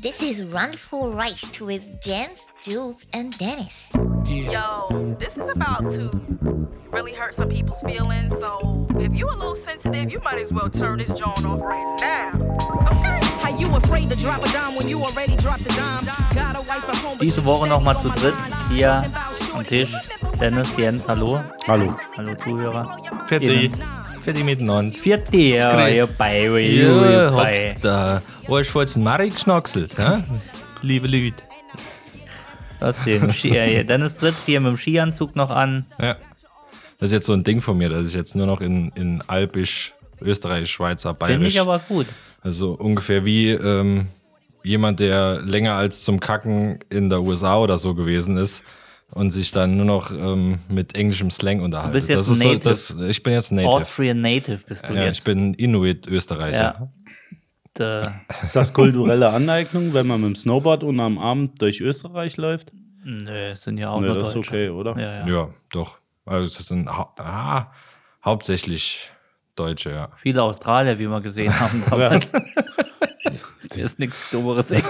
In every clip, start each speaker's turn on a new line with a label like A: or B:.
A: This is Run for Rice with Jens, Jules, and Dennis.
B: Yo, this is about to really hurt some people's feelings. So if you a little sensitive, you might as well turn this joint off right now. Okay?
C: How you afraid to drop a dime when you already dropped a dime? Got a wife at home, but
D: Diese
C: you
D: Woche
C: steady
D: nochmal
C: on
D: zu
C: my
D: dritt
C: line.
D: hier
C: Talking about
D: am
C: shorty,
D: Tisch. Dennis, Jens, hallo.
E: Hallo.
D: Hallo Zuhörer.
E: Fertig.
D: Innen.
E: Fertig miteinander.
D: 40 Jahre, ihr Bayer, ihr
E: Ja,
D: Bayer.
E: hab's da. Wo hast du jetzt den Mari geschnackselt, hä? Liebe Leute.
D: Trotzdem, Ski- äh, Dennis tritt hier mit dem Skianzug noch an.
E: Ja. Das ist jetzt so ein Ding von mir, dass ich jetzt nur noch in, in Albisch, Österreich, Schweizer,
D: Finde
E: Bayerisch.
D: ich aber gut.
E: Also ungefähr wie ähm, jemand, der länger als zum Kacken in der USA oder so gewesen ist und sich dann nur noch ähm, mit englischem Slang unterhalten.
D: bist jetzt
E: das ist
D: Native.
E: So, das, ich bin jetzt Native.
D: Austrian Native bist du
E: Ja, ich
D: jetzt.
E: bin Inuit-Österreicher.
D: ja. Da-
F: Ist das kulturelle Aneignung, wenn man mit dem Snowboard und am Abend durch Österreich läuft?
D: Nö, sind ja auch
F: Ne,
D: nur
F: das ist
D: Deutsche.
F: okay, oder?
D: Ja, ja.
E: Ja, doch. Also es sind hau ah, hauptsächlich Deutsche, ja.
D: Viele Australier, wie wir gesehen haben. Aber das ist nichts Dummeres. ey.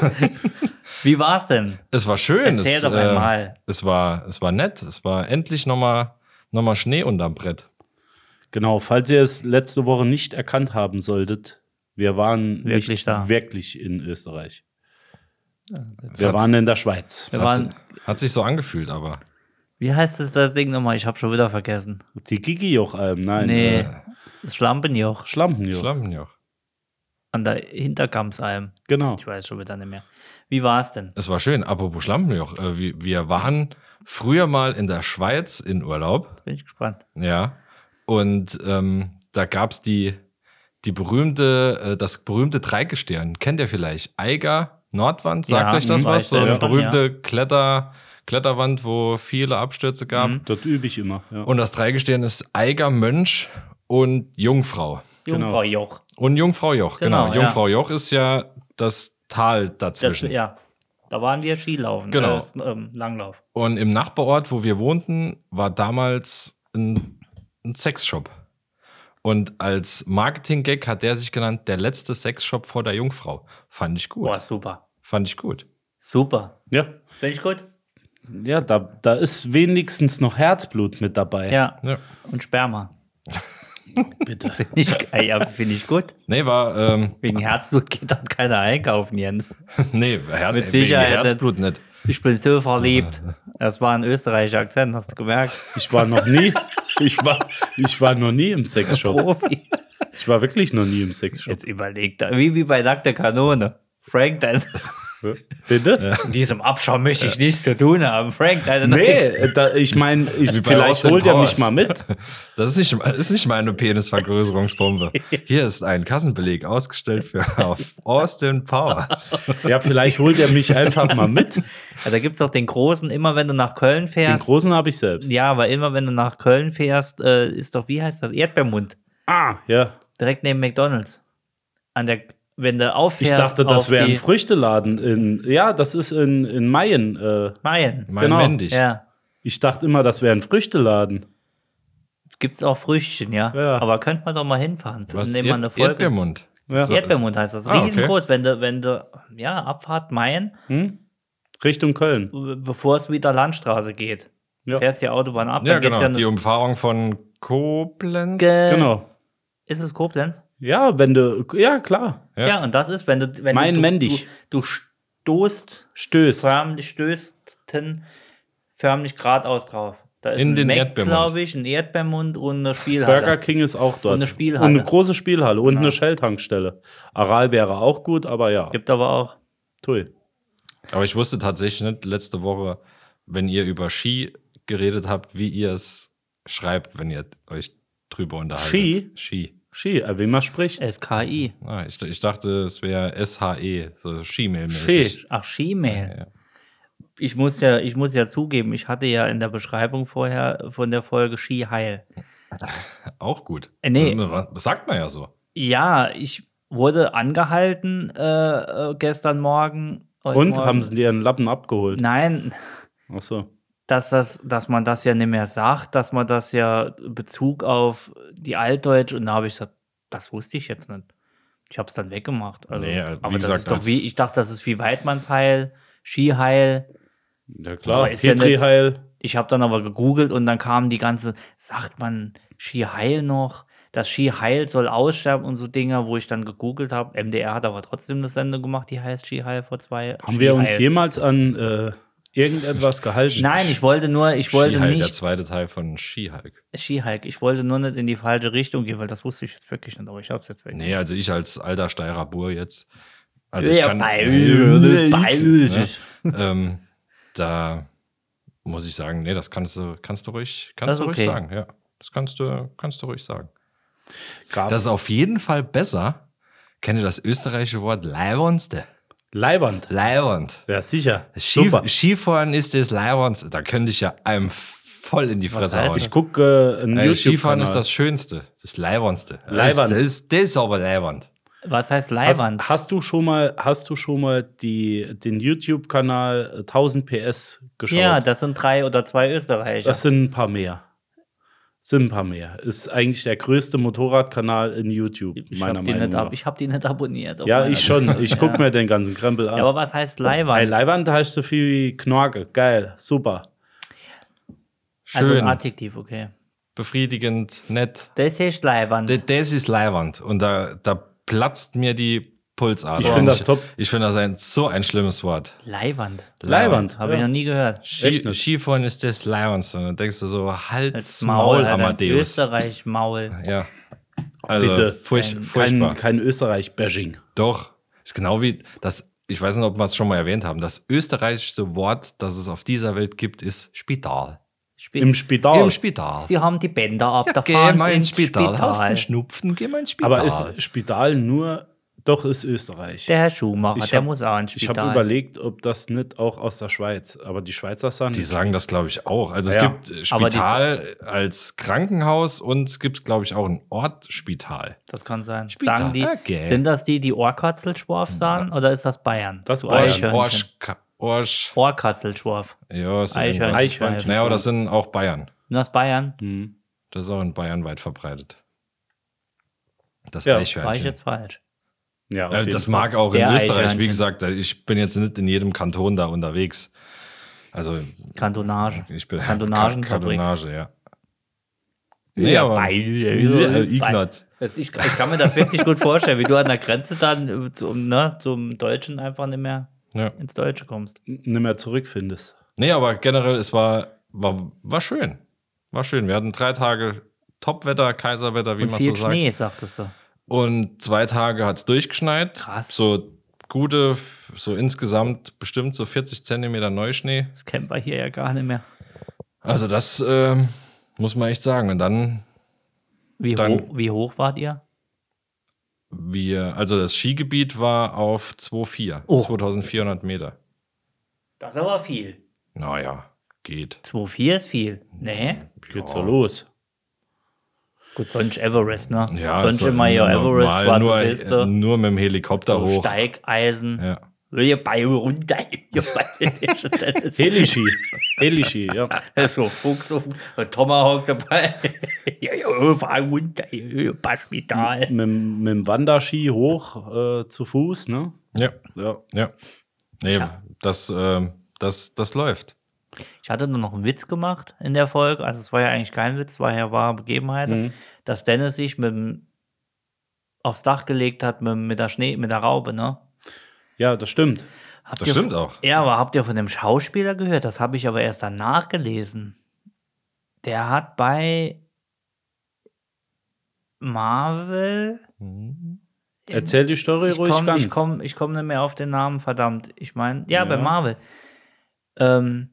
D: Wie war's denn?
E: Es war schön.
D: Erzähl
E: es,
D: doch
E: äh,
D: einmal.
E: Es war, es war nett. Es war endlich nochmal noch mal Schnee unterm Brett.
F: Genau, falls ihr es letzte Woche nicht erkannt haben solltet, wir waren
D: Wirklich
F: nicht
D: da.
F: wirklich in Österreich.
E: Es
F: Wir
E: hat,
F: waren in der Schweiz.
D: Wir
E: hat,
D: waren,
E: hat sich so angefühlt, aber
D: wie heißt es das Ding nochmal? Ich habe schon wieder vergessen.
F: Die Gigioch-Alm, nein.
D: Nee,
F: Äh,
D: das Schlampenjoch
F: Schlampenjoch,
E: Schlampenjoch.
D: an der Hinterkampsalm.
F: genau.
D: Ich weiß schon wieder nicht mehr. Wie war's denn?
E: Es war schön. Apropos Schlampenjoch. Äh, wir, wir waren früher mal in der Schweiz in Urlaub.
D: Bin ich gespannt.
E: Ja. Und ähm, da gab es die, die berühmte, äh, das berühmte Dreigestirn. Kennt ihr vielleicht? Eiger, Nordwand, sagt
D: Ja,
E: euch das
D: mh, weiß
E: was? So
D: ich
E: eine
D: schon,
E: berühmte Kletter, Kletterwand, wo viele Abstürze gab.
D: Mhm.
F: Dort übe ich immer. Ja.
E: Und das Dreigestirn ist Eiger, Mönch und Jungfrau.
D: Jungfrau Joch.
E: Und Jungfrau Joch, genau.
D: Genau, ja.
E: Jungfrau Joch ist ja das Tal
D: Das,
E: dazwischen.
D: ja, da waren wir Skilaufen.
E: Genau.
D: Äh, ähm, Langlauf.
E: Und im Nachbarort, wo wir wohnten, war damals ein, ein Sexshop. Und als Marketing-Gag hat der sich genannt, der letzte Sexshop vor der Jungfrau. Fand ich gut.
D: Boah, super.
E: Fand ich gut.
D: Super.
F: ja,
D: Bin ich gut?
F: ja da, da ist wenigstens noch Herzblut mit dabei.
D: Ja.
E: Ja.
D: Und Sperma.
F: Bitte.
D: Ich, äh, ja, finde ich gut.
E: Nee, war, ähm,
D: Wegen Herzblut geht dann keiner einkaufen, Jens.
E: nee, Her
D: Mit
E: wegen
D: Sicherheit.
E: Herzblut nicht.
D: Ich bin so verliebt. Das war ein österreichischer Akzent, hast du gemerkt?
F: Ich war noch nie, ich war, ich war noch nie im Sexshop.
D: Profi.
F: Ich war wirklich noch nie im Sexshop.
D: Jetzt überlegt er. Wie, wie bei nackter Kanone. Frank, dein,
F: Bitte?
D: in diesem Abschau möchte ich nichts zu tun haben. Frank, deine
F: Nee, da, ich meine, ich,
E: Wie bei
F: vielleicht
E: Austin
F: holt er
E: Powers.
F: mich mal mit.
E: Das ist nicht, ist nicht meine Penisvergrößerungsbombe. Hier ist ein Kassenbeleg ausgestellt für auf Austin Powers.
F: Ja, vielleicht holt er mich einfach mal mit.
D: Ja, da gibt es doch den großen, immer wenn du nach Köln
F: Den
D: fährst.
F: großen habe ich selbst.
D: Ja, aber immer wenn du nach Köln fährst, äh, ist doch, wie heißt das? Erdbeermund.
F: Ah, ja.
D: Direkt neben McDonalds. An der, wenn du
F: Ich
D: auffährst.
F: dachte, das
D: auf
F: wäre ein
D: die-
F: Früchteladen in, ja, das ist in, in Mayen. Äh,
D: Nein.
E: Mein
F: Genau.
E: Mendig.
D: Ja.
F: ich dachte immer, das wäre ein Früchteladen.
D: Gibt es auch Früchtchen, ja.
F: Ja.
D: Aber könnte man doch mal hinfahren.
E: Was?
D: Nehmen wir eine
E: Erd
D: Folge.
E: Erdbeermund.
F: Ja.
E: So-
D: Erdbeermund heißt das.
E: Ah, okay.
D: Riesengroß, wenn du, wenn du, ja, Abfahrt Main,
F: Richtung Köln.
D: bevor es wieder Landstraße geht.
F: Ja.
D: Fährst die Autobahn ab,
E: Ja,
D: dann
E: genau.
D: geht's
E: Die
D: ja.
E: Umfahrung von Koblenz.
D: Ge-
F: Genau.
D: Ist es Koblenz?
F: Ja, wenn du, ja, klar.
D: Ja.
E: Ja.
D: und das ist, wenn du. Wenn
F: Mein
D: du,
F: Mendig.
D: Du, du stoßt,
F: Stößt.
D: förmlich, stößten förmlich geradeaus drauf. Da ist
E: In
D: ein
E: den
D: Mac,
E: Erdbeermund.
D: glaube ich, ein Erdbeermund und eine Spielhalle.
F: Burger King ist auch dort.
D: Und eine Spielhalle. Genau.
F: Und eine große Spielhalle und eine Shell-Tankstelle. Aral wäre auch gut, aber ja.
D: Gibt aber auch.
F: Tui.
E: Aber ich wusste tatsächlich nicht letzte Woche, wenn ihr über Ski geredet habt, wie ihr es schreibt, wenn ihr euch drüber unterhaltet.
F: Ski?
E: Ski.
F: Ski, äh, wie man spricht.
D: SKI.
E: Ah, ich, ich dachte, es wäre SHE, so Skimail-mäßig.
F: Ski.
D: Ach, Schiemel. Ich muss ja, ich muss ja zugeben, ich hatte ja in der Beschreibung vorher von der Folge Skiheil.
E: Auch gut.
D: Äh, nee.
E: Was sagt man ja so?
D: Ja, ich wurde angehalten äh, äh, gestern Morgen. heute
F: Und
D: morgen.
F: haben sie dir einen Lappen abgeholt?
D: Nein,
F: Ach so.
D: dass, das, dass man das ja nicht mehr sagt, dass man das ja Bezug auf die Altdeutsch und da habe ich gesagt, das wusste ich jetzt nicht. Ich habe es dann weggemacht. Also,
E: Nee, wie
D: aber das
E: gesagt,
D: ist doch
E: als-
D: wie, ich dachte, das ist wie Weidmannsheil, Skiheil.
F: Ja klar,
D: Aber ist ja
F: Petri
D: nicht-
F: Heil.
D: Ich habe dann aber gegoogelt und dann kam die ganze, sagt man Skiheil noch? Das Skiheil soll aussterben und so Dinger, wo ich dann gegoogelt habe. MDR hat aber trotzdem eine Sendung gemacht, die heißt Skiheil vor zwei
F: Haben wir uns
D: Skiheil.
F: jemals an äh, irgendetwas gehalten?
D: Nein, ich wollte nur, ich wollte
E: Skihulk, der
D: nicht
E: zweite Teil von Skihulk.
D: Skihike. Ich wollte nur nicht in die falsche Richtung gehen, weil das wusste ich jetzt wirklich nicht, aber ich hab's jetzt weg.
E: Nee, also ich als alter Steirer Bur jetzt. Also ich
D: Ja,
E: kann,
D: bei- bei-
E: ne? ähm, da muss ich sagen, nee, das kannst du, kannst du ruhig,
D: Das
E: kannst
D: ist
E: du ruhig
D: okay.
E: sagen, ja. Das kannst du, kannst du ruhig sagen.
F: Gab's
E: Das ist auf jeden Fall besser. Kennt ihr das österreichische Wort Leiwandste?
F: Leibernd.
E: Leiwand.
F: Ja, sicher.
E: Skif
F: Super.
E: Skifahren ist das Leiwandste. Da könnte ich ja einem voll in die Fresse hauen.
F: Ich gucke äh, einen
E: Ey,
F: youtube
E: Skifahren ist das Schönste, das Leiwandste.
F: Leiwand.
E: Das, ist- das ist aber Leiwand.
D: Was heißt
F: Hast,
D: Leiwand?
F: hast du schon mal, hast du schon mal die, den YouTube-Kanal äh, 1000 PS geschaut?
D: Ja, das sind drei oder zwei Österreicher.
F: Das sind ein paar mehr. Sind ein paar mehr. Ist eigentlich der größte Motorradkanal in YouTube,
D: ich
F: meiner
D: habe die,
F: Meinung
D: nicht ab-
F: nach.
D: ich hab die nicht abonniert. auf
F: Ja,
D: meiner
F: ich schon. Ich Oh, gucke
D: Ja.
F: mir den ganzen Krempel an.
D: Ja, aber was heißt
F: Bei
D: Leiwand?
F: Leiwand heißt so viel wie Knorke. Geil, super.
D: Also
E: Schön,
D: ein Adjektiv, okay.
E: befriedigend, nett.
D: Das heißt Leiwand.
E: D- Das ist Leiwand. Und da, da platzt mir die Pulsader.
F: Ich find das top.
E: Ich finde das ein, so ein schlimmes Wort.
D: Leiwand.
F: Leiwand.
D: Habe ich noch nie gehört.
F: Echt
E: Ski,
F: nicht.
E: Skifahren ist das Leiwandste. Und dann denkst du so, halt's
D: Als
E: Maul,
D: Maul, Alter,
E: Amadeus.
D: Österreich Maul.
E: Ja. Also,
F: Bitte.
E: furch- furchtbar.
F: Kein, kein Österreich-Bashing.
E: Doch. Ist genau wie das, ich weiß nicht, ob wir es schon mal erwähnt haben. Das österreichischste Wort, das es auf dieser Welt gibt, ist Spital.
D: Spiel-
F: Im Spital.
E: Im Spital.
D: Sie haben die Bänder ab, da
E: geh
D: fahren
E: mal
D: sie
E: ins
D: ins
E: Spital.
D: Spital.
E: Hast einen Schnupfen, geh mal ins Spital.
F: aber ist Spital nur, doch ist Österreich.
D: Der Herr Schumacher,
F: Ich
D: der
F: hab-
D: muss auch ins
F: Ich
D: Spital.
F: habe überlegt, ob das nicht auch aus der Schweiz, aber die Schweizer sagen,
E: die sagen das, glaube ich, auch. Also es
F: Ja.
E: gibt äh,
D: Aber die-
E: Spital als Krankenhaus und es gibt, glaube ich, auch ein Ortspital.
D: Das kann sein.
E: Spieltag.
D: Sagen die,
E: Okay.
D: Sind das die, die Ohrkatzelschwarf sagen oder ist das Bayern?
F: Das
D: Du
F: Bayern.
D: Eichhörnchen.
E: Orsch, Ka- Orsch.
D: Ohrkatzelschwarf.
E: Ja, so
D: Eichhörnchen.
E: irgendwas.
F: Eichhörnchen.
E: Naja, aber das sind auch Bayern.
D: Sind das Bayern?
E: Das ist auch in Bayern weit verbreitet. Das
F: Ja,
D: War ich
E: Eichhörnchen.
D: jetzt falsch?
F: ja, auf
E: Äh,
F: jeden
E: Das
F: Fall.
E: mag auch in
D: Der
E: Österreich, wie
D: Eichhörnchen.
E: gesagt, äh, ich bin jetzt nicht in jedem Kanton da unterwegs. Also
D: Kantonage.
E: ich bin
D: Kantonagenfabrik.
E: Kantonage, ja. Nee, ja, aber Ja, äh, Ignaz.
D: Also Ich, ich kann mir das wirklich gut vorstellen, wie du an der Grenze dann äh, zum, ne, zum Deutschen einfach nicht mehr
E: Ja.
D: ins Deutsche kommst.
F: nicht mehr zurückfindest.
E: Nee, aber generell, es war, war, war schön. War schön. Wir hatten drei Tage Topwetter, Kaiserwetter, wie
D: Und
E: man so
D: viel
E: sagt.
D: Schnee, sagtest du.
E: Und zwei Tage hat es durchgeschneit.
D: Krass.
E: So gute, f- so insgesamt bestimmt so 40 Zentimeter Neuschnee.
D: Das kennt man hier ja gar nicht mehr.
E: Also das ähm, muss man echt sagen. Und dann
D: Wie,
E: Dann-
D: hoch, wie hoch wart ihr?
E: wir, also das Skigebiet war auf 2,4,
D: Oh.
E: 2400 Meter.
D: Das ist aber viel.
E: Naja, geht.
D: 2,4 ist viel. Ne? Nee.
F: Geht's
E: Oh.
F: ja. los.
D: Gut, sonst Everest, ne?
E: Ja,
D: sonst
E: so
D: immer hier Everest,
E: normal,
D: schwarze
E: nur,
D: Piste,
E: nur mit dem Helikopter
D: so
E: hoch.
D: Steigeisen.
E: Ja.
D: Will ihr bei runter? Ihr bei
F: Helishi. Helishi, ja.
D: so Fuchs auf und Tomahawk dabei. ja, ja, fahr runter, ihr Spital.
E: Mhm.
F: Mit, dem- mit dem Wanderski hoch äh, zu Fuß, ne?
E: ja,
F: Ja.
E: ja. Nee, das, ähm, das, das läuft.
D: Ich hatte nur noch einen Witz gemacht in der Folge, also es war ja eigentlich kein Witz, es war ja wahre Begebenheit,
E: Mhm.
F: Mhm.
D: dass Dennis sich mit dem, aufs Dach gelegt hat mit, mit der Schnee, mit der Raube, ne?
F: Ja, das stimmt.
D: Habt
E: Das
D: ihr-
E: stimmt auch.
D: Ja, aber habt ihr von dem Schauspieler gehört? Das habe ich aber erst danach gelesen. Der hat bei Marvel. Mhm.
F: Erzähl die Story
D: Ähm, Ich
F: ruhig
D: komme
F: ganz.
D: ich komm, ich komm nicht mehr auf den Namen, verdammt. Ich meine, ja,
F: Ja.
D: bei Marvel. Ähm,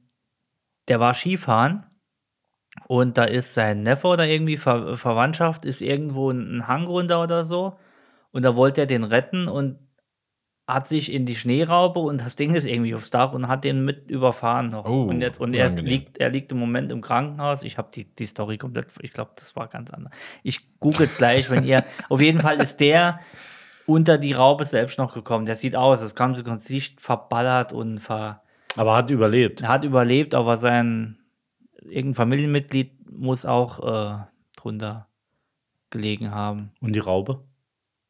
D: der war Skifahren und da ist sein Neffe oder irgendwie Ver Verwandtschaft, ist irgendwo ein Hang runter oder so. Und da wollte er den retten und hat sich in die Schneeraube und das Ding ist irgendwie aufs Dach und hat den mit überfahren noch.
E: Oh,
D: und jetzt, und er
E: unangenehm.
D: liegt, er liegt im Moment im Krankenhaus. Ich habe die, die Story komplett, ich glaube, das war ganz anders. Ich google es gleich, wenn ihr. Auf jeden Fall ist der unter die Raube selbst noch gekommen. Der sieht aus, das ganze Gesicht verballert und ver,
F: Aber hat überlebt.
D: er hat überlebt, aber sein irgendein Familienmitglied muss auch äh, drunter gelegen haben.
F: Und die Raube?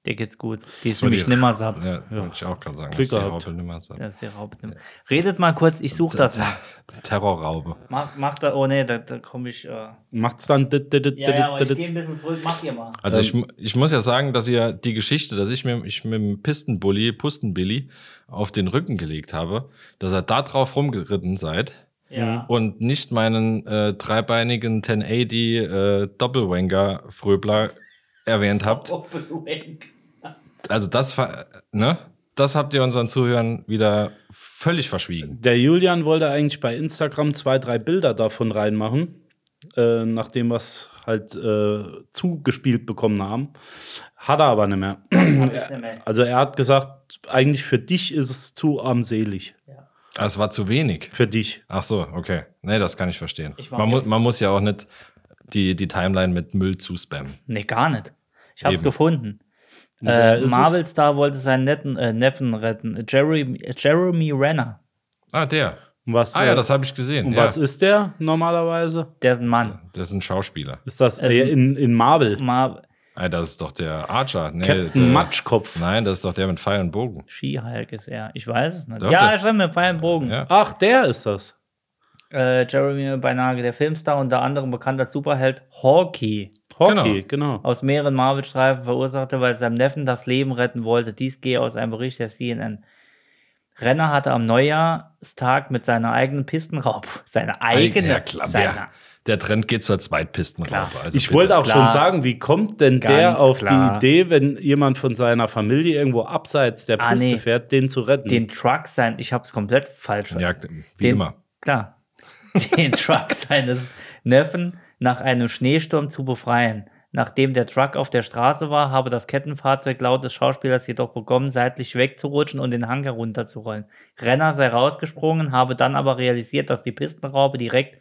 D: Der geht's gut. Die ist
E: war die-
D: nämlich nimmersatt.
E: Ja, wollte ich auch gerade sagen.
F: Glück
E: dass die
F: gehabt.
E: Raupe nimmer sagt.
D: Das ist die Raupe. Redet mal kurz, ich suche das mal.
E: Terrorraube.
D: Mach, mach da, oh nee, da, da komme ich. Äh, ja,
F: Macht's dann. dit, dit, dit, dit,
D: ja, aber ich
F: dit.
D: gehe ein bisschen zurück, mach ihr mal.
E: Also ich, mu- ich muss ja sagen, dass ihr die Geschichte, dass ich mir ich mit dem Pistenbully, Pustenbilly auf den Rücken gelegt habe, dass ihr da drauf rumgeritten seid
D: Ja.
E: und nicht meinen äh, dreibeinigen 1080 äh, Doppelwanger Fröbler erwähnt habt. Also das ver- ne? Das habt ihr unseren Zuhörern wieder völlig verschwiegen.
F: Der Julian wollte eigentlich bei Instagram zwei, drei Bilder davon reinmachen, äh, nachdem wir es halt äh, zugespielt bekommen haben. Hat er aber nicht mehr. Also er hat gesagt, eigentlich für dich ist es zu armselig.
E: Ah, Es war zu wenig.
F: Für dich.
E: Ach so, okay. Nee, das kann ich verstehen.
D: Ich mag
E: man, mu
D: ja-
E: man muss ja auch nicht die, die Timeline mit Müll zuspammen.
D: Nee, gar nicht. Ich hab's
E: Eben.
D: gefunden.
F: wer
D: Äh,
F: ist es?
D: Marvel Star wollte seinen netten, äh, Neffen retten. Jeremy, Jeremy Renner,
E: Ah, der.
F: Und was,
E: Ah ja,
F: äh,
E: das habe ich gesehen.
F: und
E: ja.
F: was ist der normalerweise?
D: der ist ein Mann.
E: Das ist ein Schauspieler.
F: Ist das äh, in, in Marvel?
D: Mar
E: Ah, das ist doch der Archer. Nee, der,
F: Captain Matschkopf.
E: Nein, das ist doch der mit Pfeil und Bogen.
D: She-Hulk ist er. Ich weiß es nicht.
E: Doch,
D: ja,
E: der-
D: ich schreibe mir Pfeil und Bogen.
E: Ja.
F: Ach, der ist das.
D: Äh, Jeremy Beinage, der Filmstar, unter anderem bekannt als Superheld Hawkeye.
F: Hockey, genau.
D: aus mehreren Marvel-Streifen verursachte, weil seinem Neffen das Leben retten wollte. Dies gehe aus einem Bericht der CNN. Renner hatte am Neujahrstag mit seiner eigenen Pistenraub, seine eigene,
E: Ja, klar,
D: seine,
E: der, der Trend geht zur Zweitpistenraupe. Also
F: Ich
E: bitte.
F: wollte auch schon
D: Klar.
F: sagen, wie kommt denn
D: Ganz
F: der auf
D: klar.
F: die Idee, wenn jemand von seiner Familie irgendwo abseits der
D: Ah,
F: Piste
D: nee.
F: fährt, den zu retten?
D: den Truck sein, ich habe es komplett falsch
E: Mhm. Ja,
D: verstanden.
E: wie
D: den,
E: immer.
D: Klar, den Truck seines Neffen nach einem Schneesturm zu befreien. Nachdem der Truck auf der Straße war, habe das Kettenfahrzeug laut des Schauspielers jedoch begonnen, seitlich wegzurutschen und den Hang herunterzurollen. Renner sei rausgesprungen, habe dann aber realisiert, dass die Pistenraube direkt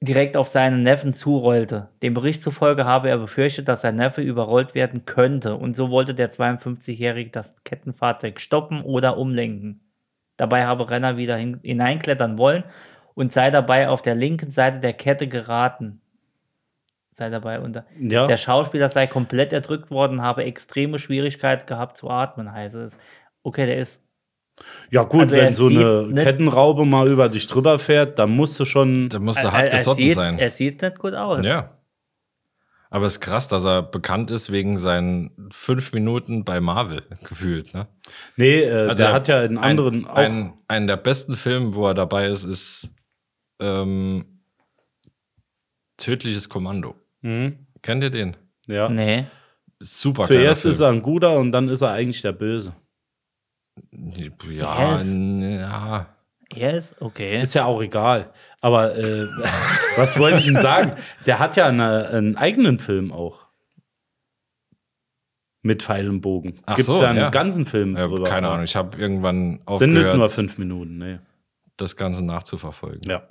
D: direkt auf seinen Neffen zurollte. Dem Bericht zufolge habe er befürchtet, dass sein Neffe überrollt werden könnte und so wollte der 52-Jährige das Kettenfahrzeug stoppen oder umlenken. Dabei habe Renner wieder hin hineinklettern wollen und sei dabei auf der linken Seite der Kette geraten. Sei dabei unter.
F: Ja.
D: Der Schauspieler sei komplett erdrückt worden, habe extreme Schwierigkeit gehabt zu atmen, heiße es. Okay, der ist.
F: ja gut,
D: also er
F: wenn so eine
D: sieht nicht-
F: Kettenraube mal über dich drüber fährt, dann musst du schon.
E: Der musste
D: er,
E: hart
D: er,
E: gesotten
D: sieht,
E: sein.
D: er sieht nicht gut aus.
E: Ja. Aber es ist krass, dass er bekannt ist wegen seinen fünf Minuten bei Marvel gefühlt. Ne?
F: Nee, äh, der hat ja in
E: ein-
F: anderen auch.
E: Ein, einen der besten Filme, wo er dabei ist, ist ähm, Tödliches Kommando.
F: Mhm.
E: Kennt ihr den?
F: ja.
D: Nee.
E: Super
F: Zuerst
E: geiler
F: ist er ein guter und dann ist er eigentlich der Böse.
E: Film. Ja,
D: Yes.
E: n- ja.
D: Er ist okay.
F: Ist ja auch egal. Aber äh, was wollte ich denn sagen? Der hat ja eine, einen eigenen Film auch. Mit Pfeil und Bogen.
E: Ach
F: Gibt es
E: so,
F: ja einen
E: ja.
F: ganzen Film
E: Ja,
F: drüber.
E: keine Ahnung, ich habe irgendwann
F: Sind nicht
E: aufgehört,
F: nur fünf Minuten, nee.
E: das Ganze nachzuverfolgen.
F: Ja.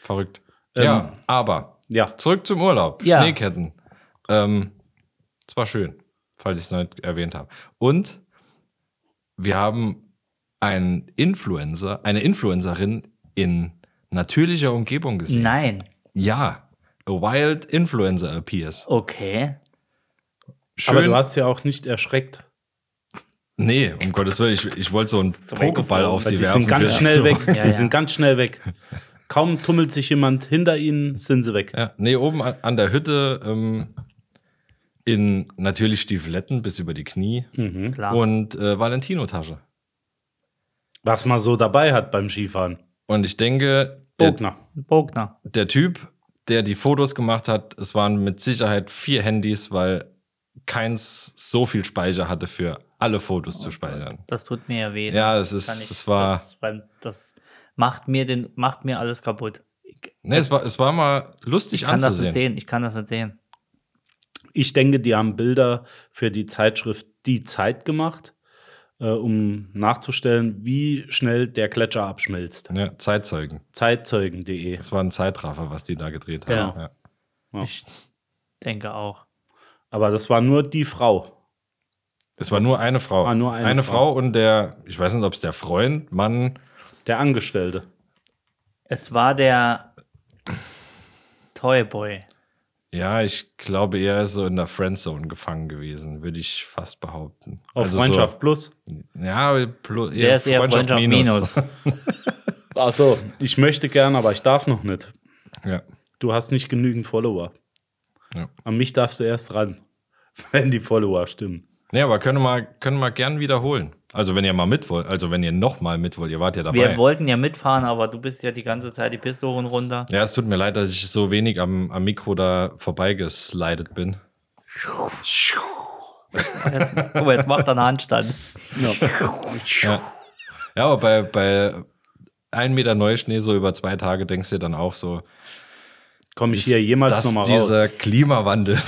E: Verrückt.
F: Ähm,
E: ja, aber
F: Ja.
E: zurück zum Urlaub.
D: Ja.
E: Schneeketten. Ähm, es war schön, falls ich es noch nicht erwähnt habe. Und wir haben einen Influencer, eine Influencerin in natürlicher Umgebung gesehen.
D: Nein.
E: Ja, a wild influencer appears.
D: Okay.
E: Schön.
F: Aber du hast ja auch nicht erschreckt.
E: nee, um Gottes Willen, ich, ich wollte so einen Pokéball auf
F: Weil
E: sie
F: die
E: werfen.
F: sind ganz
E: vielleicht
F: schnell
E: so.
F: weg.
D: Ja,
F: die
D: ja.
F: sind ganz schnell weg. Kaum tummelt sich jemand hinter ihnen, sind sie weg.
E: Ja, nee, oben an, an der Hütte ähm, in natürlich Stiefeletten bis über die Knie
D: Klar.
E: und äh, Valentino-Tasche.
F: Was man so dabei hat beim Skifahren.
E: Und ich denke,
D: Oh.
E: der,
F: Bogner.
D: Bogner.
E: der Typ, der die Fotos gemacht hat, es waren mit Sicherheit vier Handys, weil keins so viel Speicher hatte für alle Fotos zu speichern.
D: Das tut mir ja weh.
E: Ja, es
D: Oh Kann ich-
E: ist, es war,
D: Das, beim- das macht mir den, macht mir alles kaputt. Ich
E: nee, es war, es war mal lustig
D: kann das nicht
E: anzusehen.
D: sehen. Ich kann das nicht sehen.
F: Ich denke, die haben Bilder für die Zeitschrift Die Zeit gemacht, äh, um nachzustellen, wie schnell der Gletscher abschmilzt.
E: Ja, Zeitzeugen.
F: Zeitzeugen.de.
E: Es war ein Zeitraffer, was die da gedreht haben.
D: Genau.
E: Ja.
D: Ich denke auch.
F: Aber das war nur die Frau.
E: Es war nur eine Frau.
F: Ah, nur eine
E: Frau. und der, ich weiß nicht, ob es der Freund, Mann,
F: Der Angestellte.
D: Es war der Toyboy.
E: Ja, ich glaube, er ist so in der Friendzone gefangen gewesen, würde ich fast behaupten.
F: Auf
E: Also
F: Freundschaft plus.
E: So, ja, plus,
D: Der ist eher Freundschaft minus.
F: Also, ich möchte gern, aber ich darf noch nicht.
E: ja.
F: Du hast nicht genügend Follower.
E: Ja.
F: An mich darfst du erst ran, wenn die Follower stimmen.
E: ja, aber können wir, können wir gern wiederholen. Also wenn ihr mal mit wollt, also wenn ihr nochmal mit wollt, ihr wart ja dabei.
D: Wir wollten ja mitfahren, aber du bist ja die ganze Zeit die Piste hoch und runter.
E: Ja, es tut mir leid, dass ich so wenig am, am Mikro da vorbeigeslidet bin.
D: Guck mal, jetzt macht er einen Handstand.
E: Ja, aber bei, bei 1 Meter Neuschnee so über zwei Tage denkst du dir dann auch so,
F: Komme ich hier jemals
E: dass
F: nochmal
E: dieser
F: raus?
E: Klimawandel,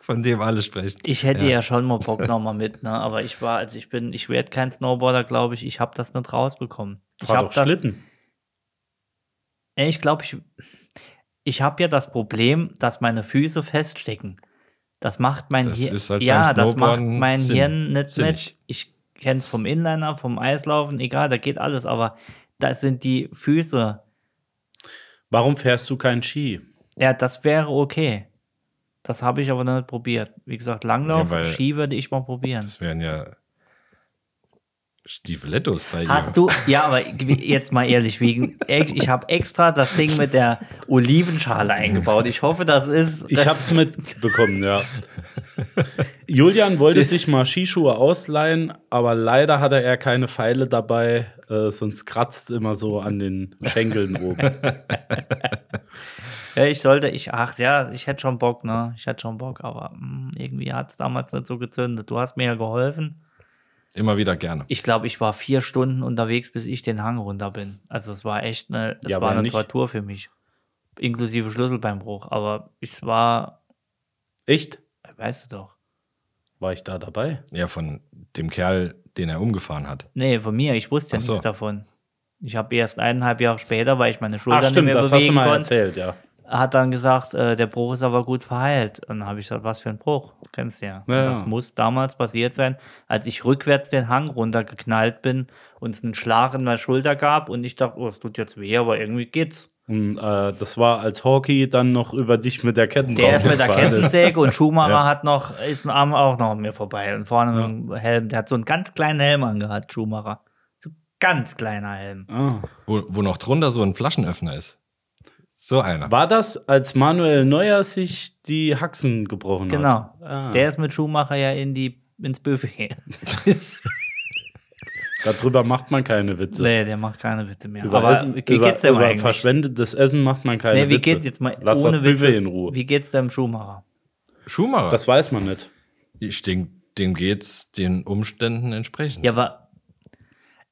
E: von dem alle sprechen.
D: Ich hätte ja, schon mal Bock nochmal mit, ne? aber ich war, also ich bin, ich werde kein Snowboarder, glaube ich. Ich habe das nicht rausbekommen. Ich
F: Fahr
D: hab
F: doch
D: das-
F: Schlitten.
D: Ey, Äh, Ich glaube, ich, ich habe ja das Problem, dass meine Füße feststecken. Das macht mein
E: Das
D: Hirn.
E: ist halt
D: ja,
E: beim
D: das macht
E: Snowboarden
D: mein
E: sinn-
D: Hirn nicht
E: sinnig.
D: mit. Ich kenne es vom Inliner, vom Eislaufen, egal, da geht alles, aber da sind die Füße.
F: Warum fährst du keinen Ski?
D: Ja, das wäre okay. Das habe ich aber noch nicht probiert. Wie gesagt, Langlauf,
E: Ja, weil-
D: Ski würde ich mal probieren.
E: Das wären ja Stiefelettos bei dir.
D: Hast du, ja, aber jetzt mal ehrlich, wegen, ich habe extra das Ding mit der Olivenschale eingebaut. Ich hoffe, das ist.
F: Ich
D: das-
F: hab's mitbekommen, ja. Julian wollte sich mal Skischuhe ausleihen, aber leider hatte er keine Pfeile dabei, äh, sonst kratzt immer so an den Schenkeln oben.
D: Ja, ich sollte, ich, ach ja, ich hätte schon Bock, ne? Ich hätte schon Bock, aber mm, irgendwie hat es damals nicht so gezündet. Du hast mir ja geholfen.
E: Immer wieder gerne.
D: Ich glaube, ich war vier Stunden unterwegs, bis ich den Hang runter bin. Also es war echt eine, es
F: Ja,
D: war
F: aber
D: eine
F: nicht-
D: Tortur für mich. Inklusive Schlüsselbeinbruch. Aber ich war,
F: Echt?
D: weißt du doch.
F: War ich da dabei?
E: Ja, von dem Kerl, den er umgefahren hat.
D: Nee, von mir, ich wusste ja
E: Ach so.
D: nichts davon. Ich habe erst eineinhalb Jahre später, weil ich meine Schulter
F: Ach Ah, stimmt,
D: nicht mehr
F: das hast du
D: bewegen
F: mal
D: konnte,
F: erzählt, ja.
D: hat dann gesagt, äh, der Bruch ist aber gut verheilt. Und dann habe ich gesagt, was für ein Bruch, kennst du ja. Und
F: Ja, ja.
D: Das muss damals passiert sein, als ich rückwärts den Hang runtergeknallt bin und es einen Schlag in meiner Schulter gab und ich dachte, oh, es tut jetzt weh, aber irgendwie geht's.
F: Und, äh, das war als Hockey dann noch über dich mit der Kettenbrauch
D: Der ist mit der
F: gefahren
D: Kettensäge und Schumacher
E: Ja.
D: hat noch, ist ein Arm auch noch an mir vorbei und vorne mit dem Helm. Der hat so einen ganz kleinen Helm angehabt, Schumacher. So ein ganz kleiner Helm.
F: Ah.
E: Wo, wo noch drunter so ein Flaschenöffner ist. So einer.
F: War das, als Manuel Neuer sich die Haxen gebrochen hat?
D: Genau.
F: Ah.
D: Der ist mit Schumacher ja in die, ins Buffet.
F: Darüber macht man keine Witze.
D: nee, der macht keine Witze mehr.
F: Über,
D: aber
F: Essen,
D: wie
F: über,
D: geht's dem
F: über
D: eigentlich?
F: verschwendetes Essen macht man keine
D: Nee, wie
F: Witze.
D: geht's jetzt mal
F: Lass
D: ohne
F: das Buffet
D: Witze,
F: in Ruhe.
D: Wie geht's dem Schumacher?
E: Schumacher.
F: Das weiß man nicht.
E: ich denke, dem geht's den Umständen entsprechend.
D: Ja, aber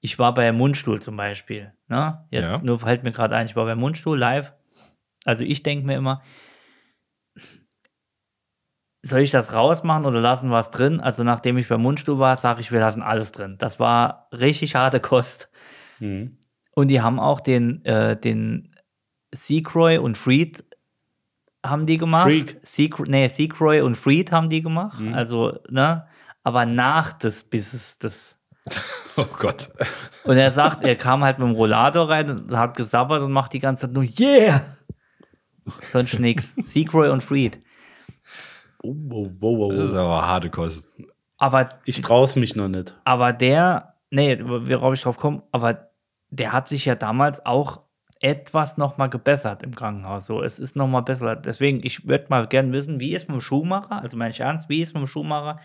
D: ich war bei Mundstuhl zum Beispiel. Ne? Jetzt
E: Ja.
D: nur fällt mir gerade ein, ich war bei Mundstuhl live. Also ich denke mir immer, soll ich das rausmachen oder lassen was drin? Also nachdem ich bei Mundstuhl war, sage ich, wir lassen alles drin. Das war richtig harte Kost.
F: Mhm.
D: Und die haben auch den, äh, den Seacroy und Freed haben die gemacht.
F: Freak.
D: Seacr nee, Seacroy und Freed haben die gemacht. Also, ne? Aber nach des Bisses des.
E: Oh Gott.
D: Und er sagt, er kam halt mit dem Rollator rein und hat gesabbert und macht die ganze Zeit nur Yeah! Sonst nix. Seacroy und Freed.
F: Oh, wow, wow,
E: Das
F: wow,
E: ist
F: wow.
E: aber harte Kost.
D: Aber
F: Ich trau's mich noch nicht.
D: Aber der, nee, worauf ich drauf komme, aber der hat sich ja damals auch etwas nochmal gebessert im Krankenhaus. So, es ist nochmal besser. Deswegen, ich würde mal gern wissen, wie ist mit dem Schuhmacher, also meine ich ernst, wie ist mit dem Schuhmacher?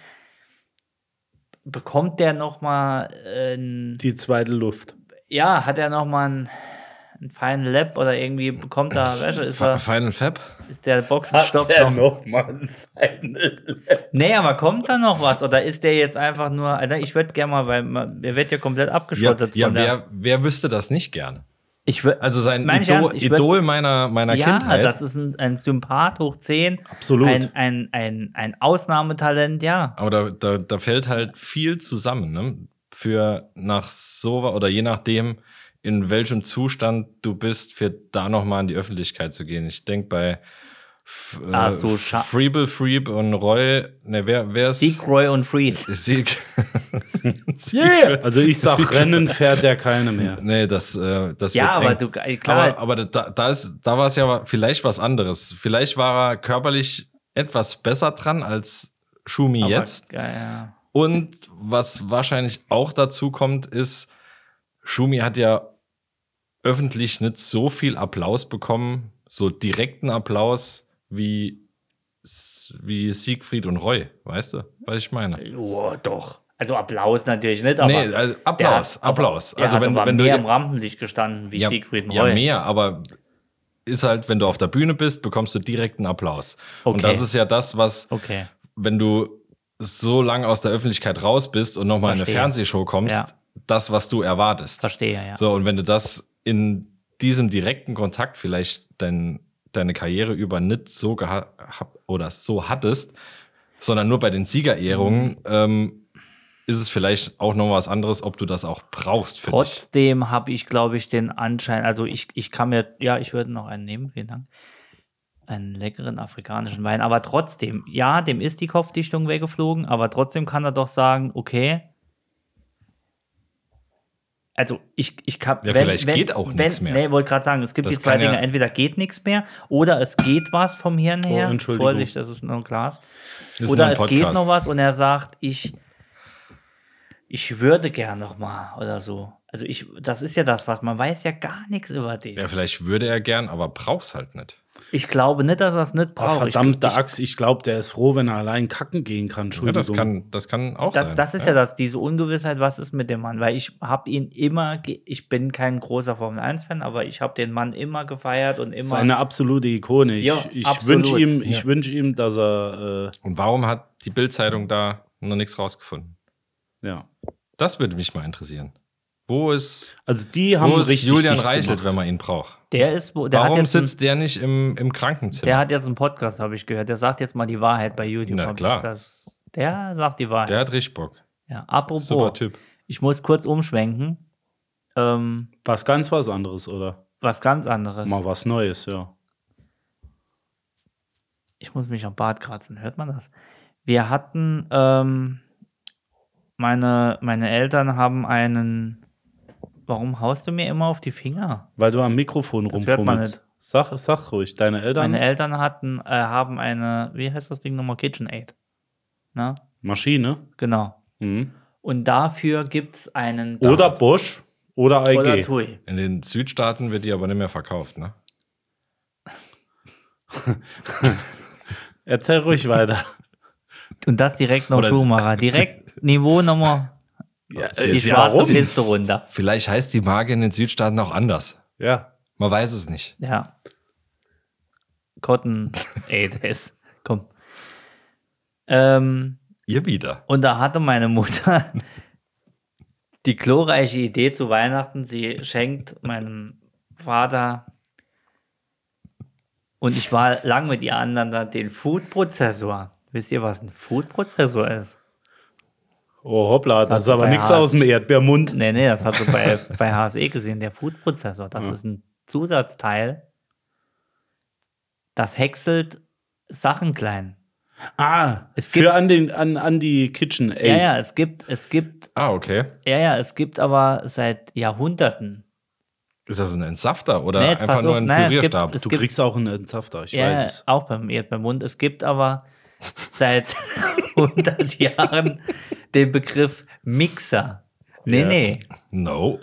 D: Bekommt der nochmal, äh,
F: Die zweite Luft.
D: ja, hat er nochmal einen, einen feinen Lap oder irgendwie bekommt er, weißt du, ist,
E: Fa-
D: er,
E: Final Fab?
D: ist der Boxenstopp
F: der
D: noch?
F: noch mal ein Final?
D: Nee, aber kommt da noch was? Oder ist der jetzt einfach nur, Alter, ich würde gerne mal, weil man- er wird ja komplett
E: Ja,
D: abgeschottet
E: ja
D: von der.
E: wer, wer wüsste das nicht gern?
D: ich wür-
E: Also sein
D: Meine ich
E: Idol,
D: ernst, ich würd's-
E: Idol meiner, meiner
D: ja,
E: Kindheit.
D: das ist ein, ein Sympath hoch 10.
F: Absolut.
D: Ein, ein, ein, ein Ausnahmetalent, ja.
E: Aber da, da, da fällt halt viel zusammen, ne? Für nach so oder je nachdem, in welchem Zustand du bist, für da nochmal in die Öffentlichkeit zu gehen. Ich denke bei F-
D: Ah,
E: äh,
D: so scha-
E: Freeble Freeb und Roy, ne, wer, wer ist
D: Sieg, Roy und Freed.
E: Sieg. Yeah.
F: Also ich sag, Rennen fährt der keine mehr.
E: Nee, das, äh, das
D: Ja,
E: wird
D: aber
E: eng.
D: du, klar,
E: Aber, aber da, da, ist, da war es ja vielleicht was anderes. Vielleicht war er körperlich etwas besser dran als Schumi jetzt.
D: Ja, ja.
E: Und was wahrscheinlich auch dazu kommt, ist, Schumi hat ja öffentlich nicht so viel Applaus bekommen, so direkten Applaus wie, wie Siegfried und Roy, weißt du, was ich meine?
D: Oh, doch. Also Applaus natürlich nicht, aber.
E: nee, also Applaus,
D: der hat-
E: Applaus.
D: Der
E: Also
D: hat
E: wenn,
D: aber
E: wenn du
D: mehr im Rampenlicht gestanden wie Siegfried
E: ja,
D: Roy.
E: mehr, aber ist halt, wenn du auf der Bühne bist, bekommst du direkten Applaus.
D: Okay.
E: Und das ist ja das, was,
D: Okay.
E: wenn du so lange aus der Öffentlichkeit raus bist und nochmal in eine
D: Verstehe.
E: Fernsehshow kommst,
D: Ja.
E: das, was du erwartest.
D: Verstehe, ja.
E: So, und wenn du das in diesem direkten Kontakt vielleicht dein, deine Karriere über nicht so geha- hab- oder so hattest, sondern nur bei den Siegerehrungen,
D: Mhm.
E: ähm, ist es vielleicht auch noch was anderes, ob du das auch brauchst für dich.
D: Trotzdem habe ich, glaube ich, den Anschein, also ich, ich kann mir, ja, ich würde noch einen nehmen, vielen Dank. Einen leckeren afrikanischen Wein, aber trotzdem, ja, dem ist die Kopfdichtung weggeflogen, aber trotzdem kann er doch sagen, okay. Also ich, ich kann.
E: Ja, vielleicht geht auch nichts mehr.
D: Nee, wollte gerade sagen, es gibt
E: Das
D: die zwei
E: kann ja-
D: Dinge. Entweder geht nichts mehr oder es geht was vom Hirn her.
F: Entschuldigung.
D: Vorsicht, das ist nur ein Glas.
E: Ist nur
D: Oder
E: ein
D: es geht
E: Podcast.
D: noch was und er sagt, ich, ich würde gern noch mal oder so. Also ich, das ist ja das, was man weiß ja gar nichts über den.
E: Ja, vielleicht würde er gern, aber brauchst halt nicht.
D: Ich glaube nicht, dass er es nicht
F: Oh,
D: braucht. Ich-
F: verdammte
D: ich,
F: Axt, ich glaube, der ist froh, wenn er allein kacken gehen kann.
E: Ja,
F: Entschuldigung.
E: das kann, das kann auch
D: das,
E: sein.
D: das ist ja. das, diese Ungewissheit, was ist mit dem Mann? Weil ich habe ihn immer, ge- ich bin kein großer Formel-1-Fan, aber ich habe den Mann immer gefeiert und
F: ist
D: immer.
F: eine absolute Ikone. Ich,
D: Ja,
F: ich
D: absolut.
F: wünsche ihm, ich wünsch ihm, dass er
E: Und warum hat die Bild-Zeitung da noch nichts rausgefunden?
F: äh, ja.
E: Das würde mich mal interessieren. Wo ist,
F: Also die haben
E: wo ist
F: richtig
E: Julian
F: dicht
E: Reichelt,
F: gemacht.
E: wenn man ihn braucht?
D: der ist, wo- der hat
E: warum
D: jetzt einen,
E: sitzt der nicht im, im
D: der
E: Krankenzimmer?
D: hat jetzt einen Podcast, habe ich gehört. Der sagt jetzt mal die Wahrheit bei YouTube.
E: Na
D: hab ich
E: klar.
D: Das, der sagt die Wahrheit.
E: Der hat richtig Bock.
D: ja, apropos,
E: Super Typ.
D: ich muss kurz umschwenken. Ähm,
F: Was ganz was anderes, oder?
D: was ganz anderes.
F: Mal was Neues, ja.
D: Ich muss mich am Bart kratzen, hört man das? Wir hatten, ähm, meine, meine Eltern haben einen. Warum haust du mir immer auf die Finger?
F: Weil du am Mikrofon
D: Das hört man
F: rumfummelst.
D: nicht.
F: Sag, sag ruhig, deine Eltern.
D: Meine Eltern hatten, äh, haben eine, wie heißt das Ding nochmal? KitchenAid. Na?
F: Maschine.
D: Genau.
F: Mhm.
D: Und dafür gibt es einen
F: Oder Bosch oder IG.
D: oder Tui.
E: In den Südstaaten wird die aber nicht mehr verkauft, ne?
F: Erzähl ruhig weiter.
D: Und das direkt noch
E: Oder-
D: Schumacher. Direkt Niveau nochmal. Die
E: ja,
D: schwarze
E: warum?
D: Liste runter.
E: Vielleicht heißt die Marke in den Südstaaten auch anders.
F: ja.
E: Man weiß es nicht.
D: Ja. Cotton Aid ist. Komm. Ähm,
E: Ihr wieder.
D: und da hatte meine Mutter die glorreiche Idee zu Weihnachten. Sie schenkt meinem Vater und ich war lang mit ihr aneinander den Food-Prozessor. Wisst ihr, was ein Food-Prozessor ist?
F: Oh, hoppla, das,
D: hat
F: ist aber
D: bei
F: nichts
D: Haas.
F: aus dem Erdbeermund.
D: Nee, nee, das hast du bei, bei HSE gesehen, der Food-Prozessor. Das ist ein Zusatzteil, das häckselt Sachen klein.
F: Ah,
D: Es gibt-
F: für an, den, an, an die Kitchen Aid.
D: Ja, ja, es gibt, es gibt,
E: Ah, okay.
D: ja, ja, es gibt aber seit Jahrhunderten.
E: Ist das ein Entsafter oder
D: Nee, jetzt
E: einfach
D: pass
E: nur
D: auf.
E: ein
D: Nein, es gibt-
E: Pürierstab?
D: es
F: Du
D: gibt-
F: kriegst auch einen Entsafter, ich
D: ja,
F: weiß es.
D: auch beim Erdbeermund. Es gibt aber seit 100 Jahren den Begriff Mixer. Nee,
F: Ja.
D: nee.
E: No.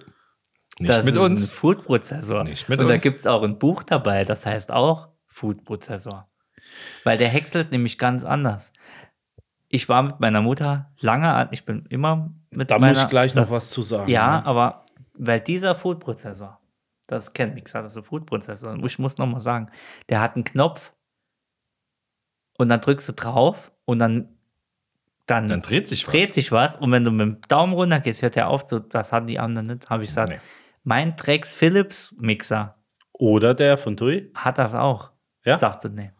E: Nicht mit
D: ist
E: uns.
D: ein Food-Prozessor.
E: Nicht mit
D: Und da
E: uns.
D: gibt es auch ein Buch dabei, das heißt auch Food-Prozessor. Weil der häckselt nämlich ganz anders. Ich war mit meiner Mutter lange an, ich bin immer mit
F: Da
D: meiner...
F: muss ich gleich noch
D: das-
F: was zu sagen.
D: Ja,
F: ne?
D: aber weil dieser Food-Prozessor, das kennt Mixer, das ist ein Food-Prozessor, und ich muss nochmal sagen, der hat einen Knopf und dann drückst du drauf und dann, dann,
E: Dann dreht sich was.
D: dreht sich was und wenn du mit dem Daumen runter gehst, hört der auf, so, das hatten die anderen nicht, habe ich gesagt.
E: Nee.
D: Mein Drecks Philips Mixer
F: Oder der von Tui?
D: hat das auch.
F: Ja?
D: Sagt sie, nee.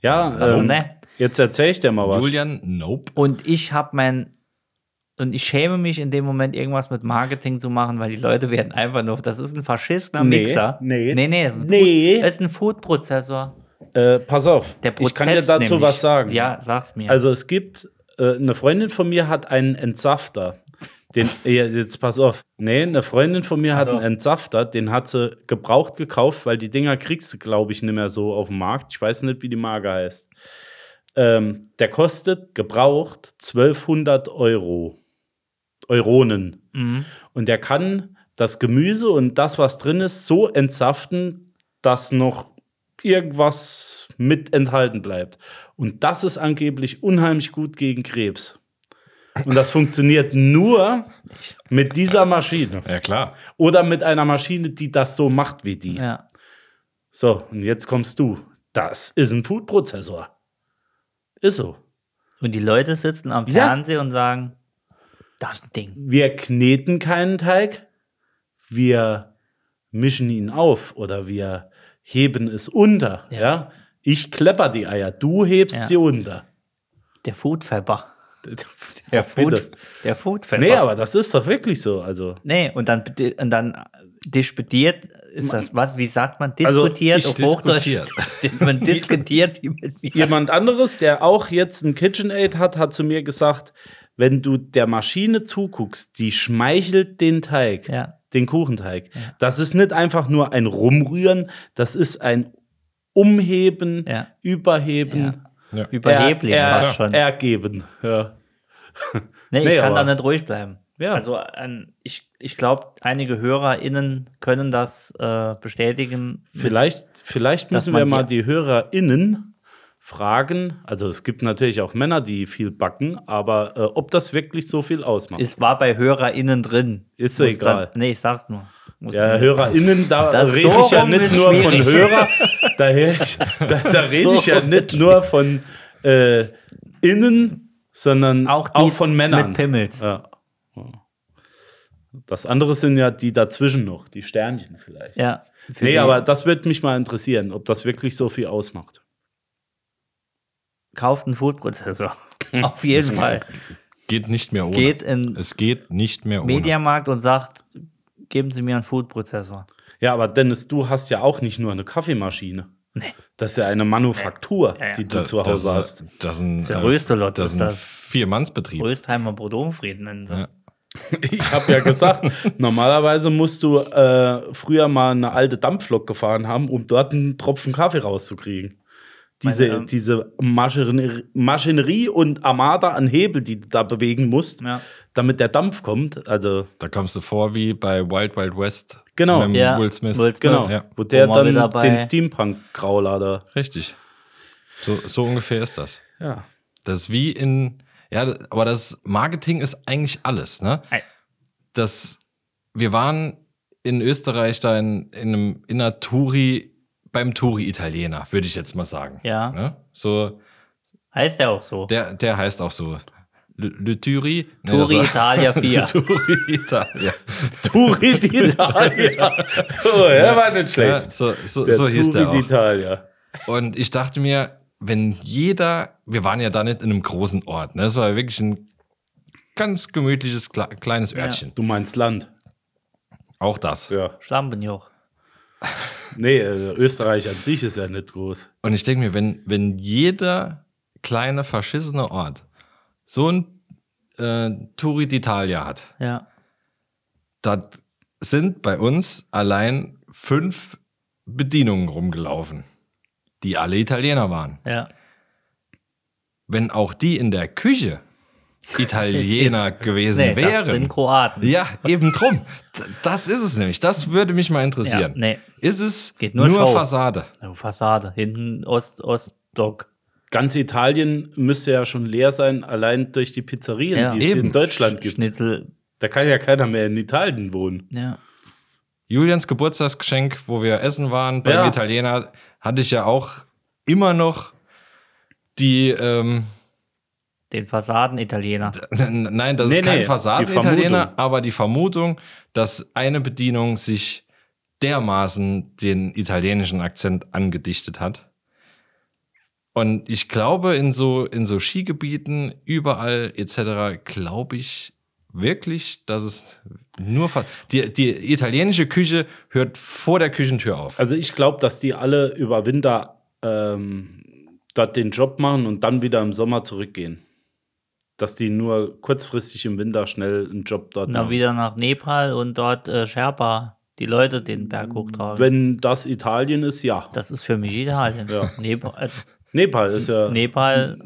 F: Ja,
D: Also,
F: ähm,
D: nee.
F: jetzt erzähl ich dir mal was.
E: Julian, nope.
D: Und ich habe mein. Und ich schäme mich in dem Moment, irgendwas mit Marketing zu machen, weil die Leute werden einfach nur. Das ist ein verschissener
F: Nee,
D: Mixer.
F: nee.
D: nee, nee, ist ein
F: Nee.
D: Food, ist ein Food-Prozessor.
F: Äh, pass auf,
D: Der Prozess
F: ich kann dir dazu
D: nämlich.
F: was sagen.
D: Ja, sag's mir.
F: Also es gibt, äh, eine Freundin von mir hat einen Entsafter. Den, ja, jetzt pass auf. Nee, eine Freundin von mir hat
D: Also.
F: einen Entsafter, den hat sie gebraucht gekauft, weil die Dinger kriegst du, glaube ich, nicht mehr so auf dem Markt. Ich weiß nicht, wie die Marke heißt. Ähm, der kostet gebraucht 1200 Euro. Euronen. Und der kann das Gemüse und das, was drin ist, so entsaften, dass noch irgendwas mit enthalten bleibt. Und das ist angeblich unheimlich gut gegen Krebs. Und das funktioniert nur mit dieser Maschine
E: Ja, klar.
F: oder mit einer Maschine, die das so macht wie die.
D: Ja.
F: So, und jetzt kommst du. Das ist ein Foodprozessor. Ist so.
D: Und die Leute sitzen am
F: Ja.
D: Fernseher und sagen, das ist ein Ding.
F: Wir kneten keinen Teig, wir mischen ihn auf oder wir heben es unter. Ja. Ich klepper die Eier, du hebst
D: Ja.
F: sie unter.
D: Der Foodfepper.
F: Ja, bitte.
D: Der Foodfepper.
F: Nee, aber das ist doch wirklich so. Also,
D: Nee, und dann, bedi- und dann disputiert, ist das was, wie sagt man,
F: Also,
D: diskutiert
E: ich
D: auf Hochdeutsch.
E: diskutiert.
D: man diskutiert wie mit mir.
F: Jemand anderes, der auch jetzt ein KitchenAid hat, hat zu mir gesagt, wenn du der Maschine zuguckst, die schmeichelt den Teig,
D: Ja.
F: den Kuchenteig. Das ist nicht einfach nur ein Rumrühren, das ist ein Umheben,
D: Ja.
F: Überheben,
E: Ja.
D: Überheblich
F: er, er,
D: fast schon.
F: Ergeben. Ja.
D: nee, ich
F: nee,
D: kann da
F: aber-
D: nicht ruhig bleiben.
F: Ja.
D: Also an, ich, ich glaube, einige HörerInnen können das äh, bestätigen.
F: Vielleicht, vielleicht
D: Dass
F: müssen
D: man
F: wir mal
D: die-
F: die HörerInnen fragen. Also es gibt natürlich auch Männer, die viel backen, aber äh, ob das wirklich so viel ausmacht.
D: Es war bei HörerInnen drin.
F: Ist doch
D: Muss
F: egal.
D: Dann, nee, ich sag's nur. Muss
F: Ja,
D: dann-
F: HörerInnen, da
D: Das
F: rede
D: so
F: ich ja
D: rum
F: nicht
D: ist
F: nur
D: schwierig.
F: von Hörer, da, hör ich- da, da rede ich ja
D: rum.
F: nicht nur von äh, Innen, sondern
D: Auch
F: auch,
D: die
F: von Männern.
D: mit Pimmels.
F: Ja. Das andere sind ja die dazwischen noch, die Sternchen vielleicht.
D: Ja. Für
F: nee,
D: die
F: aber das würde mich mal interessieren, ob das wirklich so viel ausmacht.
D: Kauft einen Foodprozessor. Auf jeden Fall.
E: Geht nicht mehr ohne.
D: Geht in-
E: es geht nicht mehr ohne.
D: Mediamarkt und sagt, geben Sie mir einen Foodprozessor.
F: Ja, aber Dennis, du hast ja auch nicht nur eine Kaffeemaschine.
D: Nee.
F: Das ist ja eine Manufaktur,
D: Ja, ja.
F: die du
E: Da-
F: zu Hause
E: das,
F: hast.
E: Das ist ein,
D: der
E: äh,
D: größte Lot,
E: das
D: ist
E: ist ein
D: das.
E: Viermannsbetrieb.
D: Röstheimer Brodomfrieden nennen sie.
E: Ja.
F: Ich habe ja gesagt, normalerweise musst du äh, früher mal eine alte Dampflok gefahren haben, um dort einen Tropfen Kaffee rauszukriegen. Diese,
D: Meine, ähm,
F: diese Maschinen- Maschinerie und Armada an Hebel, die du da bewegen musst,
D: Ja.
F: damit der Dampf kommt. Also,
E: Da kommst du vor wie bei Wild Wild West.
F: Genau.
E: Mit dem
D: Ja,
E: Will Smith.
D: Will Smith.
F: genau,
E: Ja.
F: wo der
D: Wo wir wieder
F: dann
D: bei-
F: den Steampunk-Graulader.
E: Richtig. So, so ungefähr ist das.
F: Ja.
E: Das ist wie in, ja, aber das Marketing ist eigentlich alles, ne?
D: Ei.
E: Das, wir waren in Österreich da in, in einem, in einer Touri, beim Touri-Italiener, würde ich jetzt mal sagen.
D: Ja.
E: Ne? So,
D: Heißt ja auch so.
E: der, der heißt auch so. Le, Le Turi. Ne,
D: Touri
E: das war-
D: Italia 4.
E: Touri Italia.
F: Turi d'Italia. Oh, ja, war nicht
E: Ja,
F: schlecht.
E: so so,
F: Der
E: so hieß
F: Turi
E: der auch.
F: d'Italia.
E: Und ich dachte mir, wenn jeder, wir waren ja da nicht in einem großen Ort, ne? Es war wirklich ein ganz gemütliches kle- kleines Örtchen.
F: Du meinst Land.
E: Auch das.
F: Ja.
D: Schlampenjoch.
F: Nee, äh, Österreich an sich ist ja nicht groß.
E: Und ich denke mir, wenn, wenn jeder kleine verschissene Ort so ein äh, Touri d'Italia hat,
D: Ja.
E: da sind bei uns allein fünf Bedienungen rumgelaufen, die alle Italiener waren.
D: Ja.
E: Wenn auch die in der Küche Italiener
D: Nee,
E: gewesen
D: das
E: wären.
D: sind Kroaten.
E: Ja, eben drum. D- Das ist es nämlich. Das würde mich mal interessieren.
D: Ja, nee.
E: Ist es
D: Geht
E: nur,
D: nur Show.
E: Fassade?
D: Oh, Fassade. Hinten Ost, Ostblock.
F: Ganz Italien müsste ja schon leer sein, allein durch die Pizzerien,
D: Ja.
F: die es
E: Eben.
F: in Deutschland gibt.
D: Schnitzel.
F: Da kann ja keiner mehr in Italien wohnen.
D: Ja.
E: Julians Geburtstagsgeschenk, wo wir essen waren beim
F: Ja.
E: Italiener, hatte ich ja auch immer noch die. Ähm,
D: Den Fassaden-Italiener.
E: n- nein, das
F: Nee,
E: ist kein
F: nee, die
E: Fassaden-Italiener,
F: Vermutung.
E: aber die Vermutung, dass eine Bedienung sich dermaßen den italienischen Akzent angedichtet hat. Und ich glaube, in so, in so Skigebieten, überall etc., glaube ich wirklich, dass es nur. Fa- Die, die italienische Küche hört vor der Küchentür auf.
F: Also ich glaube, dass die alle über Winter ähm, dort den Job machen und dann wieder im Sommer zurückgehen. dass die nur kurzfristig im Winter schnell einen Job dort
D: Und dann
F: machen.
D: wieder nach Nepal und dort äh, Sherpa die Leute den Berg hochtragen.
F: Wenn das Italien ist, ja.
D: das ist für mich Italien. Nepal, äh,
F: Nepal ist ja.
D: Nepal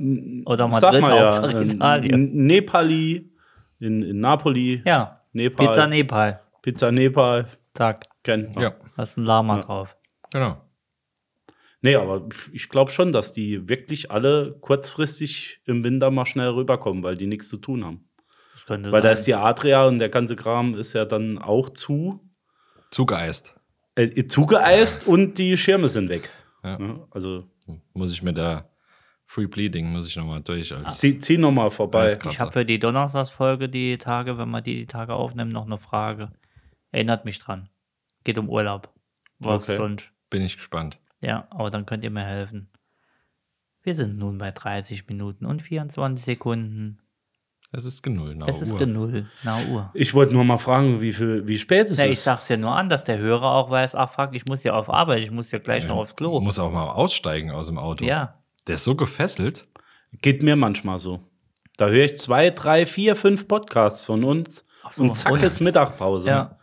D: oder
F: sag
D: Madrid,
F: mal ja.
D: Hauptsache
F: äh,
D: Italien.
F: N- Nepali, in, in Napoli,
D: Ja,
F: Nepal,
D: Pizza Ne- Nepal.
F: Pizza Nepal,
D: Zack,
F: kennt man.
E: Ja,
D: hast ein Lama drauf.
E: genau.
F: Nee, aber ich glaube schon, dass die wirklich alle kurzfristig im Winter mal schnell rüberkommen, weil die nichts zu tun haben.
D: Das könnte
F: Weil da
D: sein.
F: ist die Adria und der ganze Kram ist ja dann auch zu.
E: Zugeeist.
F: Äh, zugeeist und die Schirme sind weg.
E: Ja.
F: Ne? Also
E: Muss ich mir da Free Bleeding, muss ich nochmal durch als
F: zieh, zieh noch mal vorbei.
E: Alles klar.
D: Ich habe für die Donnerstagsfolge die Tage, wenn wir die, die Tage aufnehmen, noch eine Frage. Erinnert mich dran. Geht um Urlaub. Was
F: Okay.
D: sonst?
E: bin ich gespannt.
D: Ja, aber dann könnt ihr mir helfen. Wir sind nun bei 30 Minuten und 24 Sekunden.
E: Es ist genull.
D: es ist genull. Na Uhr.
F: Ich wollte nur mal fragen, wie, viel, wie spät es
D: Na, ich
F: ist.
D: sag's ja nur an, dass der Hörer auch weiß, ach fuck, ich muss ja auf Arbeit, ich muss ja gleich noch aufs Klo.
E: Muss auch mal aussteigen aus dem Auto.
D: Ja.
E: Der ist so gefesselt.
F: Geht mir manchmal so. Da höre ich zwei, drei, vier, fünf Podcasts von uns
D: so,
F: und zack
D: und-
F: ist Mittagpause.
D: Ja.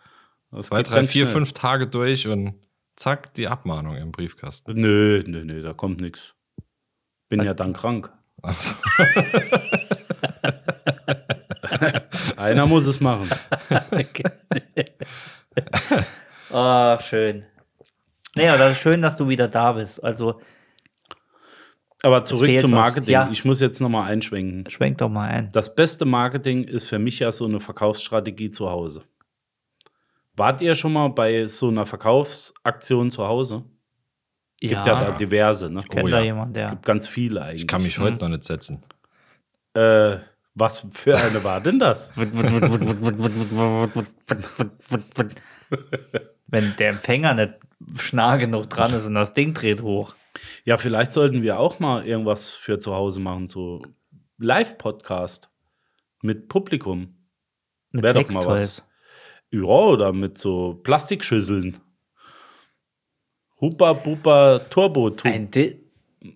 F: Das
E: Zwei,
F: geht
E: drei,
F: ganz
E: vier,
F: schnell.
E: fünf Tage durch und zack, die Abmahnung im Briefkasten.
F: Nö, nö, nö, da kommt nichts. Bin ja dann krank.
E: Also,
F: Einer muss es machen.
D: Ah, schön. Naja, das ist schön, dass du wieder da bist. Also,
F: Aber zurück
D: fehlt
F: zum
D: was.
F: Marketing.
D: Ja.
F: Ich muss jetzt nochmal einschwenken.
D: schwenk doch mal ein.
F: Das beste Marketing ist für mich ja so eine Verkaufsstrategie zu Hause. Wart ihr schon mal bei so einer Verkaufsaktion zu Hause? Gibt ja, da diverse, ne?
D: kennt
E: Oh
D: da
E: ja.
D: jemand, der.
F: Gibt ganz viele eigentlich.
E: ich kann mich
D: Mhm.
E: heute noch nicht setzen.
F: äh, was für eine war denn das?
D: Wenn der Empfänger nicht schnarge noch dran ist und das Ding dreht hoch.
F: Ja, vielleicht sollten wir auch mal irgendwas für zu Hause machen, so Live-Podcast mit Publikum.
D: Mit
F: Wär doch mal was.
D: Sextoys.
F: Ja, oder mit so Plastikschüsseln. Hupa Bupa Turbo Tub,
D: Ein Dil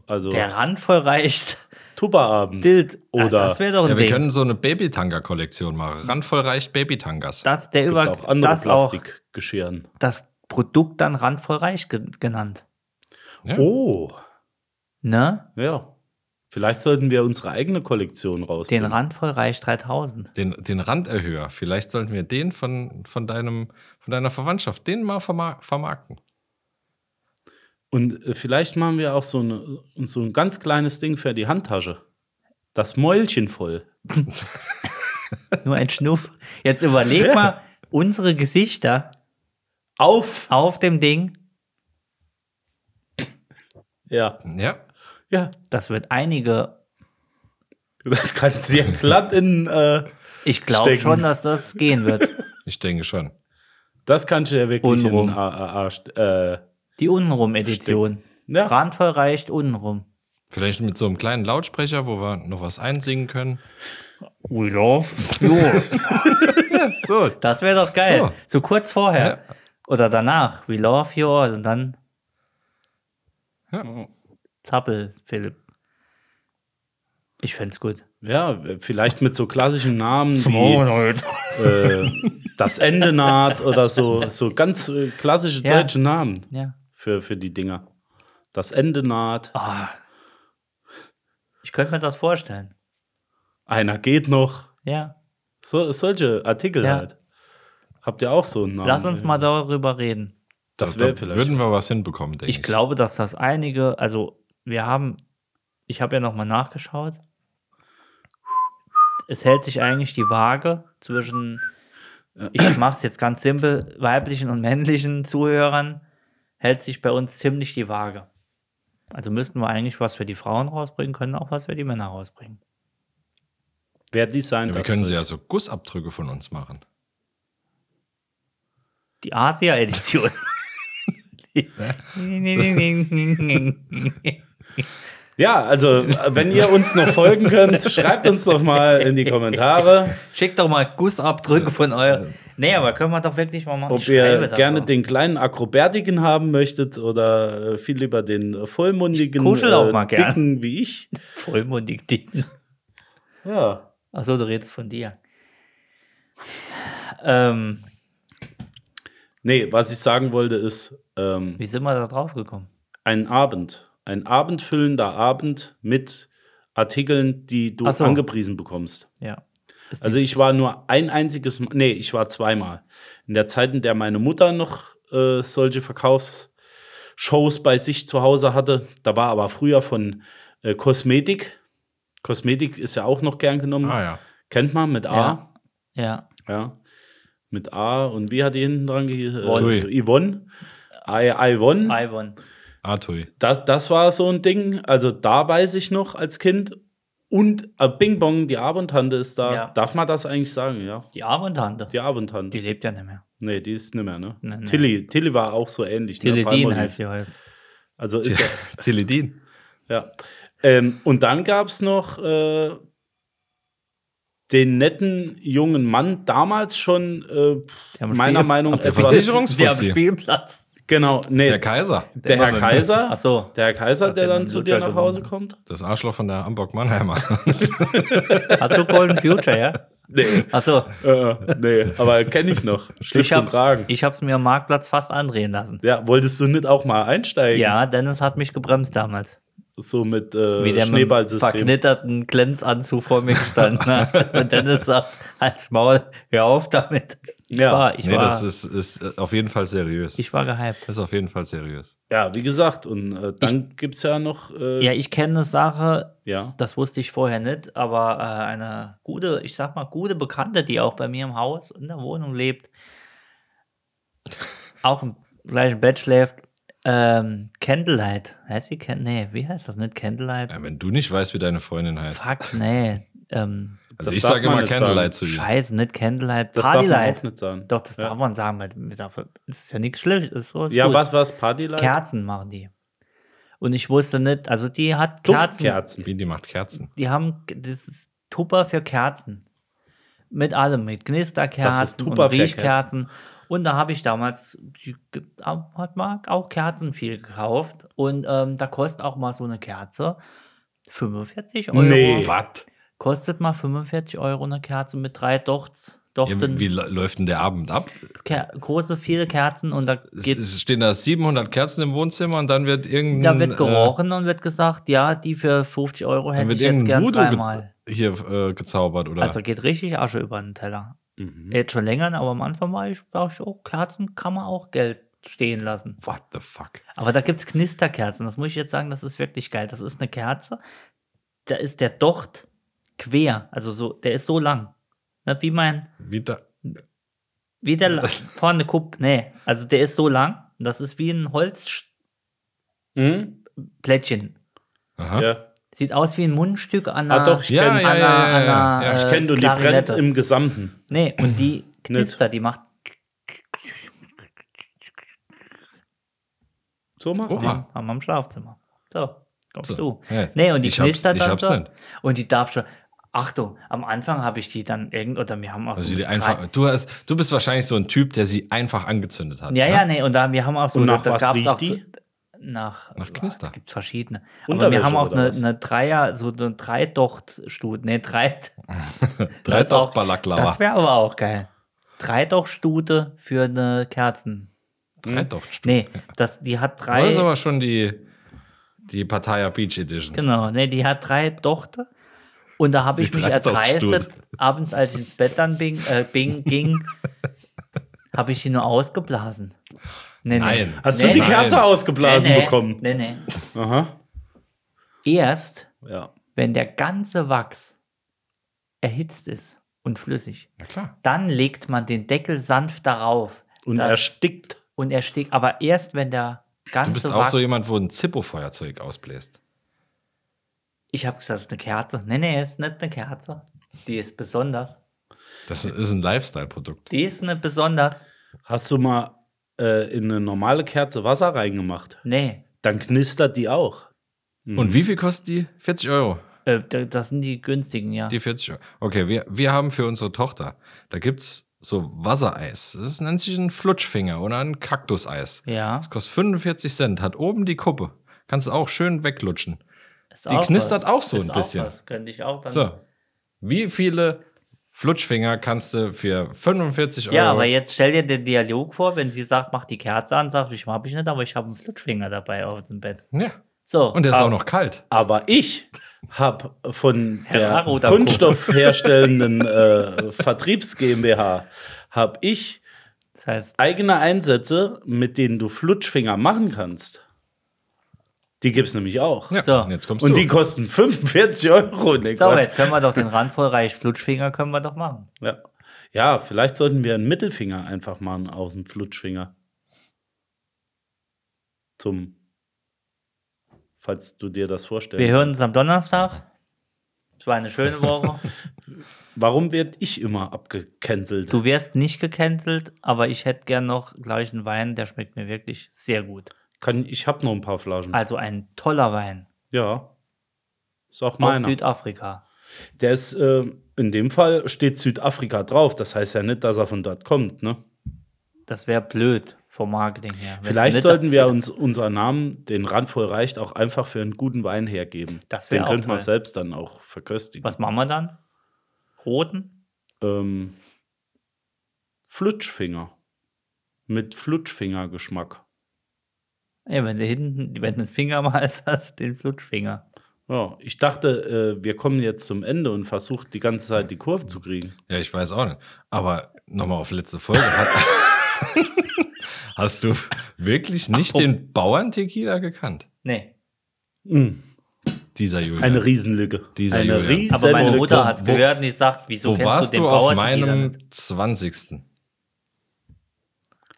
F: also
D: der Rand voll reicht.
F: Tuba-Abend.
D: Dild.
F: Oder-
D: Ach, das wäre doch ein
E: Ja, wir
D: Ding.
E: können so eine Babytanga-Kollektion machen. Randvoll reicht Babytangas.
D: das, der
F: Gibt
D: über
F: auch andere
D: das auch
F: Plastikgeschirren.
D: das Produkt dann randvoll reich ge genannt.
E: Ja.
F: Oh,
D: Ne?
F: ja. Vielleicht sollten wir unsere eigene Kollektion
D: Den
F: rausbringen.
D: randvoll reich 3000.
E: Den, den Randerhöher. Vielleicht sollten wir den von, von, deinem, von deiner Verwandtschaft, den mal verma vermarkten.
F: Und äh, vielleicht machen wir auch so, eine, so ein ganz kleines Ding für die Handtasche. Das Mäulchen voll.
D: Nur ein Schnuff. Jetzt überleg mal unsere Gesichter
F: Auf!
D: auf dem Ding.
F: Ja,
E: Ja,
F: ja.
D: Das wird einige.
F: Das kannst du ja glatt in. Äh,
D: Ich glaube
F: Stecken.
D: schon, dass das gehen wird.
E: ich denke schon.
F: das kannst du ja wirklich
D: Unrum.
F: in den AAA. st- Äh,
D: Die Unrum-Edition.
F: ja.
D: Randvoll reicht unrum.
E: Vielleicht mit so einem kleinen Lautsprecher, wo wir noch was einsingen können.
D: Oh ja. Jo.
E: So,
D: Das wäre doch geil. So.
E: So.
D: kurz vorher. Oder danach. We love you all. Und dann.
E: Ja.
D: Zappel, Philipp. Ich fänd's gut.
F: Ja, vielleicht mit so klassischen Namen wie
D: Oh.
F: äh, das Ende naht oder so, so ganz äh, klassische
D: Ja.
F: deutsche Namen
D: Ja.
F: für, für die Dinger. Das Ende naht,
D: Ah. Ich könnte mir das vorstellen.
F: einer geht noch.
D: Ja.
F: So, solche Artikel
D: Ja.
F: halt. Habt ihr auch so einen Namen?
D: Lass uns mal darüber reden.
F: Das
E: da,
F: wäre
E: da
F: vielleicht.
E: Würden wir was hinbekommen, denke ich.
D: Ich glaube, dass das einige. Also, wir haben. Ich habe ja nochmal nachgeschaut. Es hält sich eigentlich die Waage zwischen. Ich mache es jetzt ganz simpel: weiblichen und männlichen Zuhörern hält sich bei uns ziemlich die Waage. Also müssten wir eigentlich was für die Frauen rausbringen, können auch was für die Männer rausbringen.
F: Wer designt
E: ja, wir
F: das?
E: können ja so Gussabdrücke von uns machen.
D: Die Asia-Edition.
F: ja, also äh, wenn ihr uns noch folgen könnt, schreibt uns doch mal in die Kommentare,
D: Schickt doch mal Gussabdrücke von euren. Nee, aber können wir doch wirklich mal machen.
F: ob
D: Ich schreibe
F: ihr
D: das
F: gerne
D: auch.
F: den kleinen Akrobatiken haben möchtet oder äh, viel lieber den äh, vollmundigen, äh,
D: Ich kuschel auch mal gern.
F: dicken wie ich.
D: vollmundig dicken.
F: Ja.
D: Achso, du redest von dir. Ähm,
F: Nee, was ich sagen wollte ist, ähm,
D: wie sind wir da drauf gekommen?
F: ein Abend, ein abendfüllender Abend mit Artikeln, die du
D: Ach so.
F: angepriesen bekommst.
D: Ja. Ist
F: Also ich war nur ein einziges Mal, nee, ich war zweimal. In der Zeit, in der meine Mutter noch äh, solche Verkaufsshows bei sich zu Hause hatte, da war aber früher von äh, Kosmetik. Kosmetik ist ja auch noch gern
D: Hm.
F: genommen.
E: Ah ja.
F: Kennt man mit A.
D: die, ja.
F: Ja. Mit A und wie hat die hinten dran gehe-
E: Ui.
F: äh, Yvonne? I, Yvonne.
D: Ivan.
E: Artui.
F: Das, das war so ein Ding. Also da weiß ich noch als Kind. Und äh, Bing Bong, die Abendtante ist da.
D: Ja.
F: Darf man das eigentlich sagen? Ja.
D: Die Abendtante.
F: Die Abendtante.
D: Die lebt ja nicht mehr.
F: Nee, die ist nicht mehr, ne?
D: Nee, nee.
F: Tilly, Tilly war auch so ähnlich. ne?
D: Teledin
F: Palmolive.
D: heißt die heute.
F: Also ist ja,
E: Teledin.
F: ja. Ähm, und dann gab es noch äh, den netten jungen Mann, damals schon äh, pf,
D: Der am
F: meiner
D: Spiel-
F: Meinung
D: Ab der
F: etwas.
E: Versicherung?
D: Der am
E: Versicherungsfuzzi.
D: Spielplatz.
F: Genau, nee,
E: Der
F: der,
E: Kaiser.
F: Herr Kaiser.
D: Ach so.
F: Der Herr Kaiser,
D: Hat
F: der
D: den
F: dann zu dir
D: Lutscher
F: nach Hause
D: gewonnen.
F: kommt.
E: Das Arschloch von der Hamburg Mannheimer.
D: Hast du Golden Future, ja?
F: Nee.
D: Achso.
F: Äh, nee, aber kenne ich noch. Schlimm
D: Ich
F: zu tragen.
D: habe es mir am Marktplatz fast andrehen lassen.
F: Ja, wolltest du nicht auch mal einsteigen?
D: Ja, Dennis hat mich gebremst damals.
F: So mit äh,
D: Wie der mit dem
F: Schneeballsystem.
D: verknitterten Glänzanzug vor mir gestanden hat. Und Dennis sagt, als Maul, hör auf damit. Ich
F: Ja.
D: war, ich
E: nee,
D: war,
E: das ist, ist äh, auf jeden Fall seriös.
D: ich war gehypt.
E: das ist auf jeden Fall seriös.
F: Ja, wie gesagt, und äh, dann gibt es ja noch. Äh,
D: Ja, ich kenne eine Sache,
F: ja.
D: das wusste ich vorher nicht, aber äh, eine gute, ich sag mal, gute Bekannte, die auch bei mir im Haus in der Wohnung lebt, auch im gleichen Bett schläft, ähm, Candlelight. Heißt sie Candlelight? Nee, wie heißt das? Nicht Candlelight?
F: Ähm,
E: Ja, wenn du nicht weißt, wie deine Freundin heißt.
D: Fuck, nee. Ähm,
E: also
F: das
E: ich
F: darf
E: sage
F: man
E: immer
F: nicht
E: Candlelight zu dir.
D: Scheiße, nicht Candlelight,
F: Das darf man
D: Partylight.
F: auch nicht sagen.
D: Doch, das
F: Ja.
D: darf man sagen. Mit, mit, das ist ja nichts Schlimmes. Ist so, ist
F: Ja,
D: gut.
F: was war es? Partylight?
D: Kerzen machen die. Und ich wusste nicht, also die hat Kerzen.
F: Duftkerzen.
E: Wie die macht Kerzen.
D: Die haben, das ist Tupper für Kerzen. Mit allem, mit
F: Das ist
D: Knisterkerzen und
F: Tupper für
D: Riechkerzen. Und da habe ich damals, die ge- hat Marc auch Kerzen viel gekauft. Und ähm, da kostet auch mal so eine Kerze 45 Euro.
F: Nee.
E: Was?
D: Kostet mal 45 Euro eine Kerze mit drei Dochts.
E: Ja,
D: Dochten,
E: wie wie lä- läuft denn der Abend ab?
D: Ker große, viele Kerzen und da
E: Es,
D: geht
E: es stehen da 700 Kerzen im Wohnzimmer und dann wird irgendein.
D: Da wird
E: Äh,
D: gerochen und wird gesagt, ja, die für 50 Euro
E: dann
D: hätte
E: wird
D: ich jetzt
E: irgendein
D: gern
E: Voodoo
D: dreimal.
E: ge hier äh, gezaubert, oder?
D: Also geht richtig Asche über den Teller.
F: Mhm.
D: Jetzt schon länger, aber am Anfang war ich, dachte ich, oh, Kerzen kann man auch Geld stehen lassen.
E: What the fuck?
D: Aber da gibt es Knisterkerzen, das muss ich jetzt sagen, das ist wirklich geil. Das ist eine Kerze, da ist der Docht quer, also so, der ist so lang. Ne, wie mein,
E: Wie da,
D: wie der La- vorne Kupp, nee, also der ist so lang, das ist wie ein Holzplättchen. Hm?
F: Mhm.
E: aha.
F: Ja.
D: Sieht aus wie ein Mundstück an
F: Ah,
D: einer-
F: doch, ich
E: Ja,
F: kenne
E: ja,
D: an
E: ja.
D: einer- an
E: ja.
D: einer,
E: Ja, ich
D: äh,
F: kenn du, die brennt
D: Klarinette.
F: im Gesamten.
D: Nee, ne, und die knistert, die macht.
F: So macht
E: Oha.
F: die.
D: Haben wir im Schlafzimmer. So, kommst
E: So,
D: du.
E: ja,
D: Nee, und die
E: ich hab's-
D: knistert
E: ich
D: dann
E: hab's
D: so.
E: nicht.
D: Und die darf schon. Achtung, am Anfang habe ich die dann irgend oder wir haben auch
E: Also
D: so
E: die
D: mit
E: einfach,
D: drei-
E: du, hast, du bist wahrscheinlich so ein Typ, der sie einfach angezündet hat.
D: Ja,
E: ne?
D: ja, nee, und da, wir haben auch so
F: Und nach
D: da
F: was
D: gab's auch
F: riecht
D: so,
F: die?
D: nach,
E: Nach Knister.
D: Es gibt verschiedene. Aber wir
F: Unterwäsche
D: haben auch
F: oder
D: eine,
F: was?
D: eine Dreier, so eine Dreidochtstut. Nee, drei.
E: Drei
D: das auch-
E: Dochtbalaklava.
D: Das wäre aber auch geil. Dreidochtstute für eine Kerzen.
E: Drei Docht.
D: Nee, das, die hat drei.
E: Das ist aber schon die, die Pattaya Beach Edition.
D: Genau, ne, die hat drei Tochter. Und da habe ich
E: Die
D: mich
E: drei
D: erdreistet,
E: Tochtstuten.
D: abends, als ich ins Bett dann bing, äh, bing, ging, habe ich die nur ausgeblasen. Nee, nee.
E: Nein.
F: Hast
D: Nee,
F: du die
D: nee.
F: Kerze ausgeblasen
D: nee, nee.
F: bekommen?
D: Nee, nee.
F: Aha.
D: Erst,
F: Ja.
D: wenn der ganze Wachs erhitzt ist und flüssig,
E: Na klar.
D: dann legt man den Deckel sanft darauf.
F: Und
D: Das-
F: erstickt.
D: und er steht, aber erst, wenn der ganze
E: Du bist auch
D: Wachs
E: so jemand, wo ein Zippo-Feuerzeug ausbläst.
D: Ich habe gesagt, das ist eine Kerze. Nee, nee, ist nicht eine Kerze. Die ist besonders.
E: Das ist ein Lifestyle-Produkt.
D: Die ist eine besonders.
F: Hast du mal äh, in eine normale Kerze Wasser reingemacht?
D: Nee.
F: Dann knistert die auch.
D: Mhm.
E: Und wie viel kostet die? 40 Euro.
D: Äh, da- das sind die günstigen, ja.
E: Die 40 Euro. Okay, wir, wir haben für unsere Tochter, da gibt es so Wassereis. Das nennt sich ein Flutschfinger oder ein Kaktuseis.
D: ja.
E: Das kostet 45 Cent, hat oben die Kuppe. Kannst du auch schön weglutschen.
D: ist
E: die knistert auch so ein
D: Ist
E: bisschen.
D: was. Könnte ich auch dann.
E: So. Wie viele Flutschfinger kannst du für 45 Euro?
D: Ja, aber jetzt stell dir den Dialog vor, wenn sie sagt, mach die Kerze an, sagt, ich hab ich nicht, aber ich habe einen Flutschfinger dabei auf dem Bett.
E: Ja.
D: So.
E: Und der ist
D: aber-
E: auch noch kalt.
F: Aber ich habe von
D: Herr
F: der
D: Arodaco.
F: Kunststoffherstellenden äh, Vertriebs GmbH habe ich
D: Das heißt,
F: eigene Einsätze, mit denen du Flutschfinger machen kannst. Die gibt es nämlich auch.
E: Ja,
D: So.
E: und jetzt kommst
F: Und
E: du.
F: die kosten 45 Euro. Nee,
D: so,
F: Quatsch.
D: jetzt können wir doch den randvollreich Flutschfinger können wir doch machen.
F: ja. ja, vielleicht sollten wir einen Mittelfinger einfach machen aus dem Flutschfinger. Zum. Falls du dir das vorstellst.
D: Wir hören uns am Donnerstag. Es war eine schöne Woche.
F: Warum werd ich immer abgecancelt?
D: Du wärst nicht gecancelt, aber ich hätte gern noch gleich einen Wein, der schmeckt mir wirklich sehr gut.
F: Kann, ich habe noch ein paar Flaschen.
D: Also ein toller Wein
F: Ja. Ist auch
D: aus
F: meiner.
D: Südafrika.
F: Der ist, äh, in dem Fall steht Südafrika drauf. Das heißt ja nicht, dass er von dort kommt, ne?
D: Das wäre blöd vom Marketing her. Wenn
F: Vielleicht
D: nicht
F: sollten wir
D: dazu-
F: uns unseren Namen, den Randvoll reicht, auch einfach für einen guten Wein hergeben.
D: Das wär
F: den
D: auch
F: könnten wir
D: toll.
F: selbst dann auch verköstigen.
D: Was machen wir dann? Roten?
F: Ähm, Flutschfinger. Mit Flutschfingergeschmack.
D: Ey, wenn du hinten, wenn du einen Finger mal hast, den Flutschfinger.
F: Ja, ich dachte, äh, wir kommen jetzt zum Ende und versuchen die ganze Zeit die Kurve zu kriegen.
E: Ja, ich weiß auch nicht. Aber nochmal auf letzte Folge. Hast du wirklich nicht den Bauern-Tequila gekannt?
D: Nee.
E: Dieser Julian.
F: Eine Riesenlücke.
E: Dieser
F: Eine
E: Julian.
F: Riesenlücke.
D: Aber meine Mutter hat es
E: wo-
D: gehört und die sagt, wieso
E: Wo
D: kennst
E: warst
D: du den
E: du
D: Bauer?
E: auf meinem 20.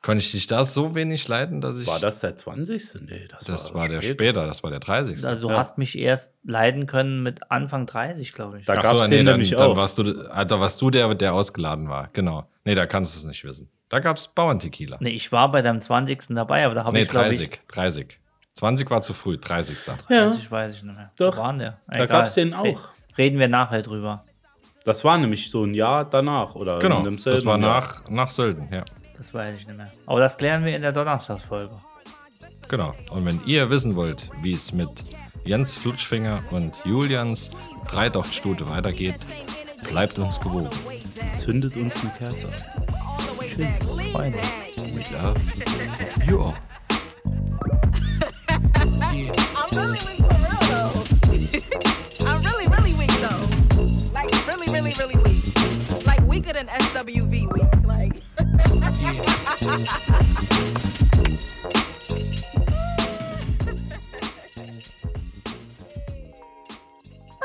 E: Konnte ich dich da so wenig leiden, dass ich.
F: War das der 20.? Nee, das,
E: das
F: war,
E: war der später, das war der 30.
D: Also du hast mich erst leiden können mit Anfang 30, glaube ich.
F: Da
E: Ach
F: gab es
E: nee,
F: den
E: dann,
F: nämlich
E: dann
F: auch.
E: warst du, ah, da warst du der, der ausgeladen war. Genau. Nee, da kannst du es nicht wissen. Da gab es Bauerntequila.
D: Nee, ich war bei deinem 20. dabei, aber da habe
E: Nee,
D: ich, glaube
E: 30.
D: ich,
E: 30. 20 war zu früh, 30.
F: Ja.
D: Ich weiß ich nicht mehr.
F: Doch.
D: Wo waren der?
F: Da gab's den auch.
D: Reden wir nachher drüber.
F: Das war nämlich so ein Jahr danach oder
E: Genau.
F: in demselben
E: Das war
F: Jahr.
E: nach, nach Sölden, ja.
D: Das weiß ich nicht mehr. Aber das klären wir in der Donnerstagsfolge.
E: Genau. Und wenn ihr wissen wollt, wie es mit Jens Flutschfinger und Julians Dreidochtstute weitergeht, bleibt uns gewogen.
F: Zündet uns eine Kerze an.
D: Freunde.
E: We love you all.
B: I'm really weak for real though. I'm really, really weak though. Like really, really, really weak. Like weaker than SWV weak. Like.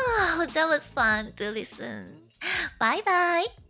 A: Oh, that was fun to listen. Bye bye.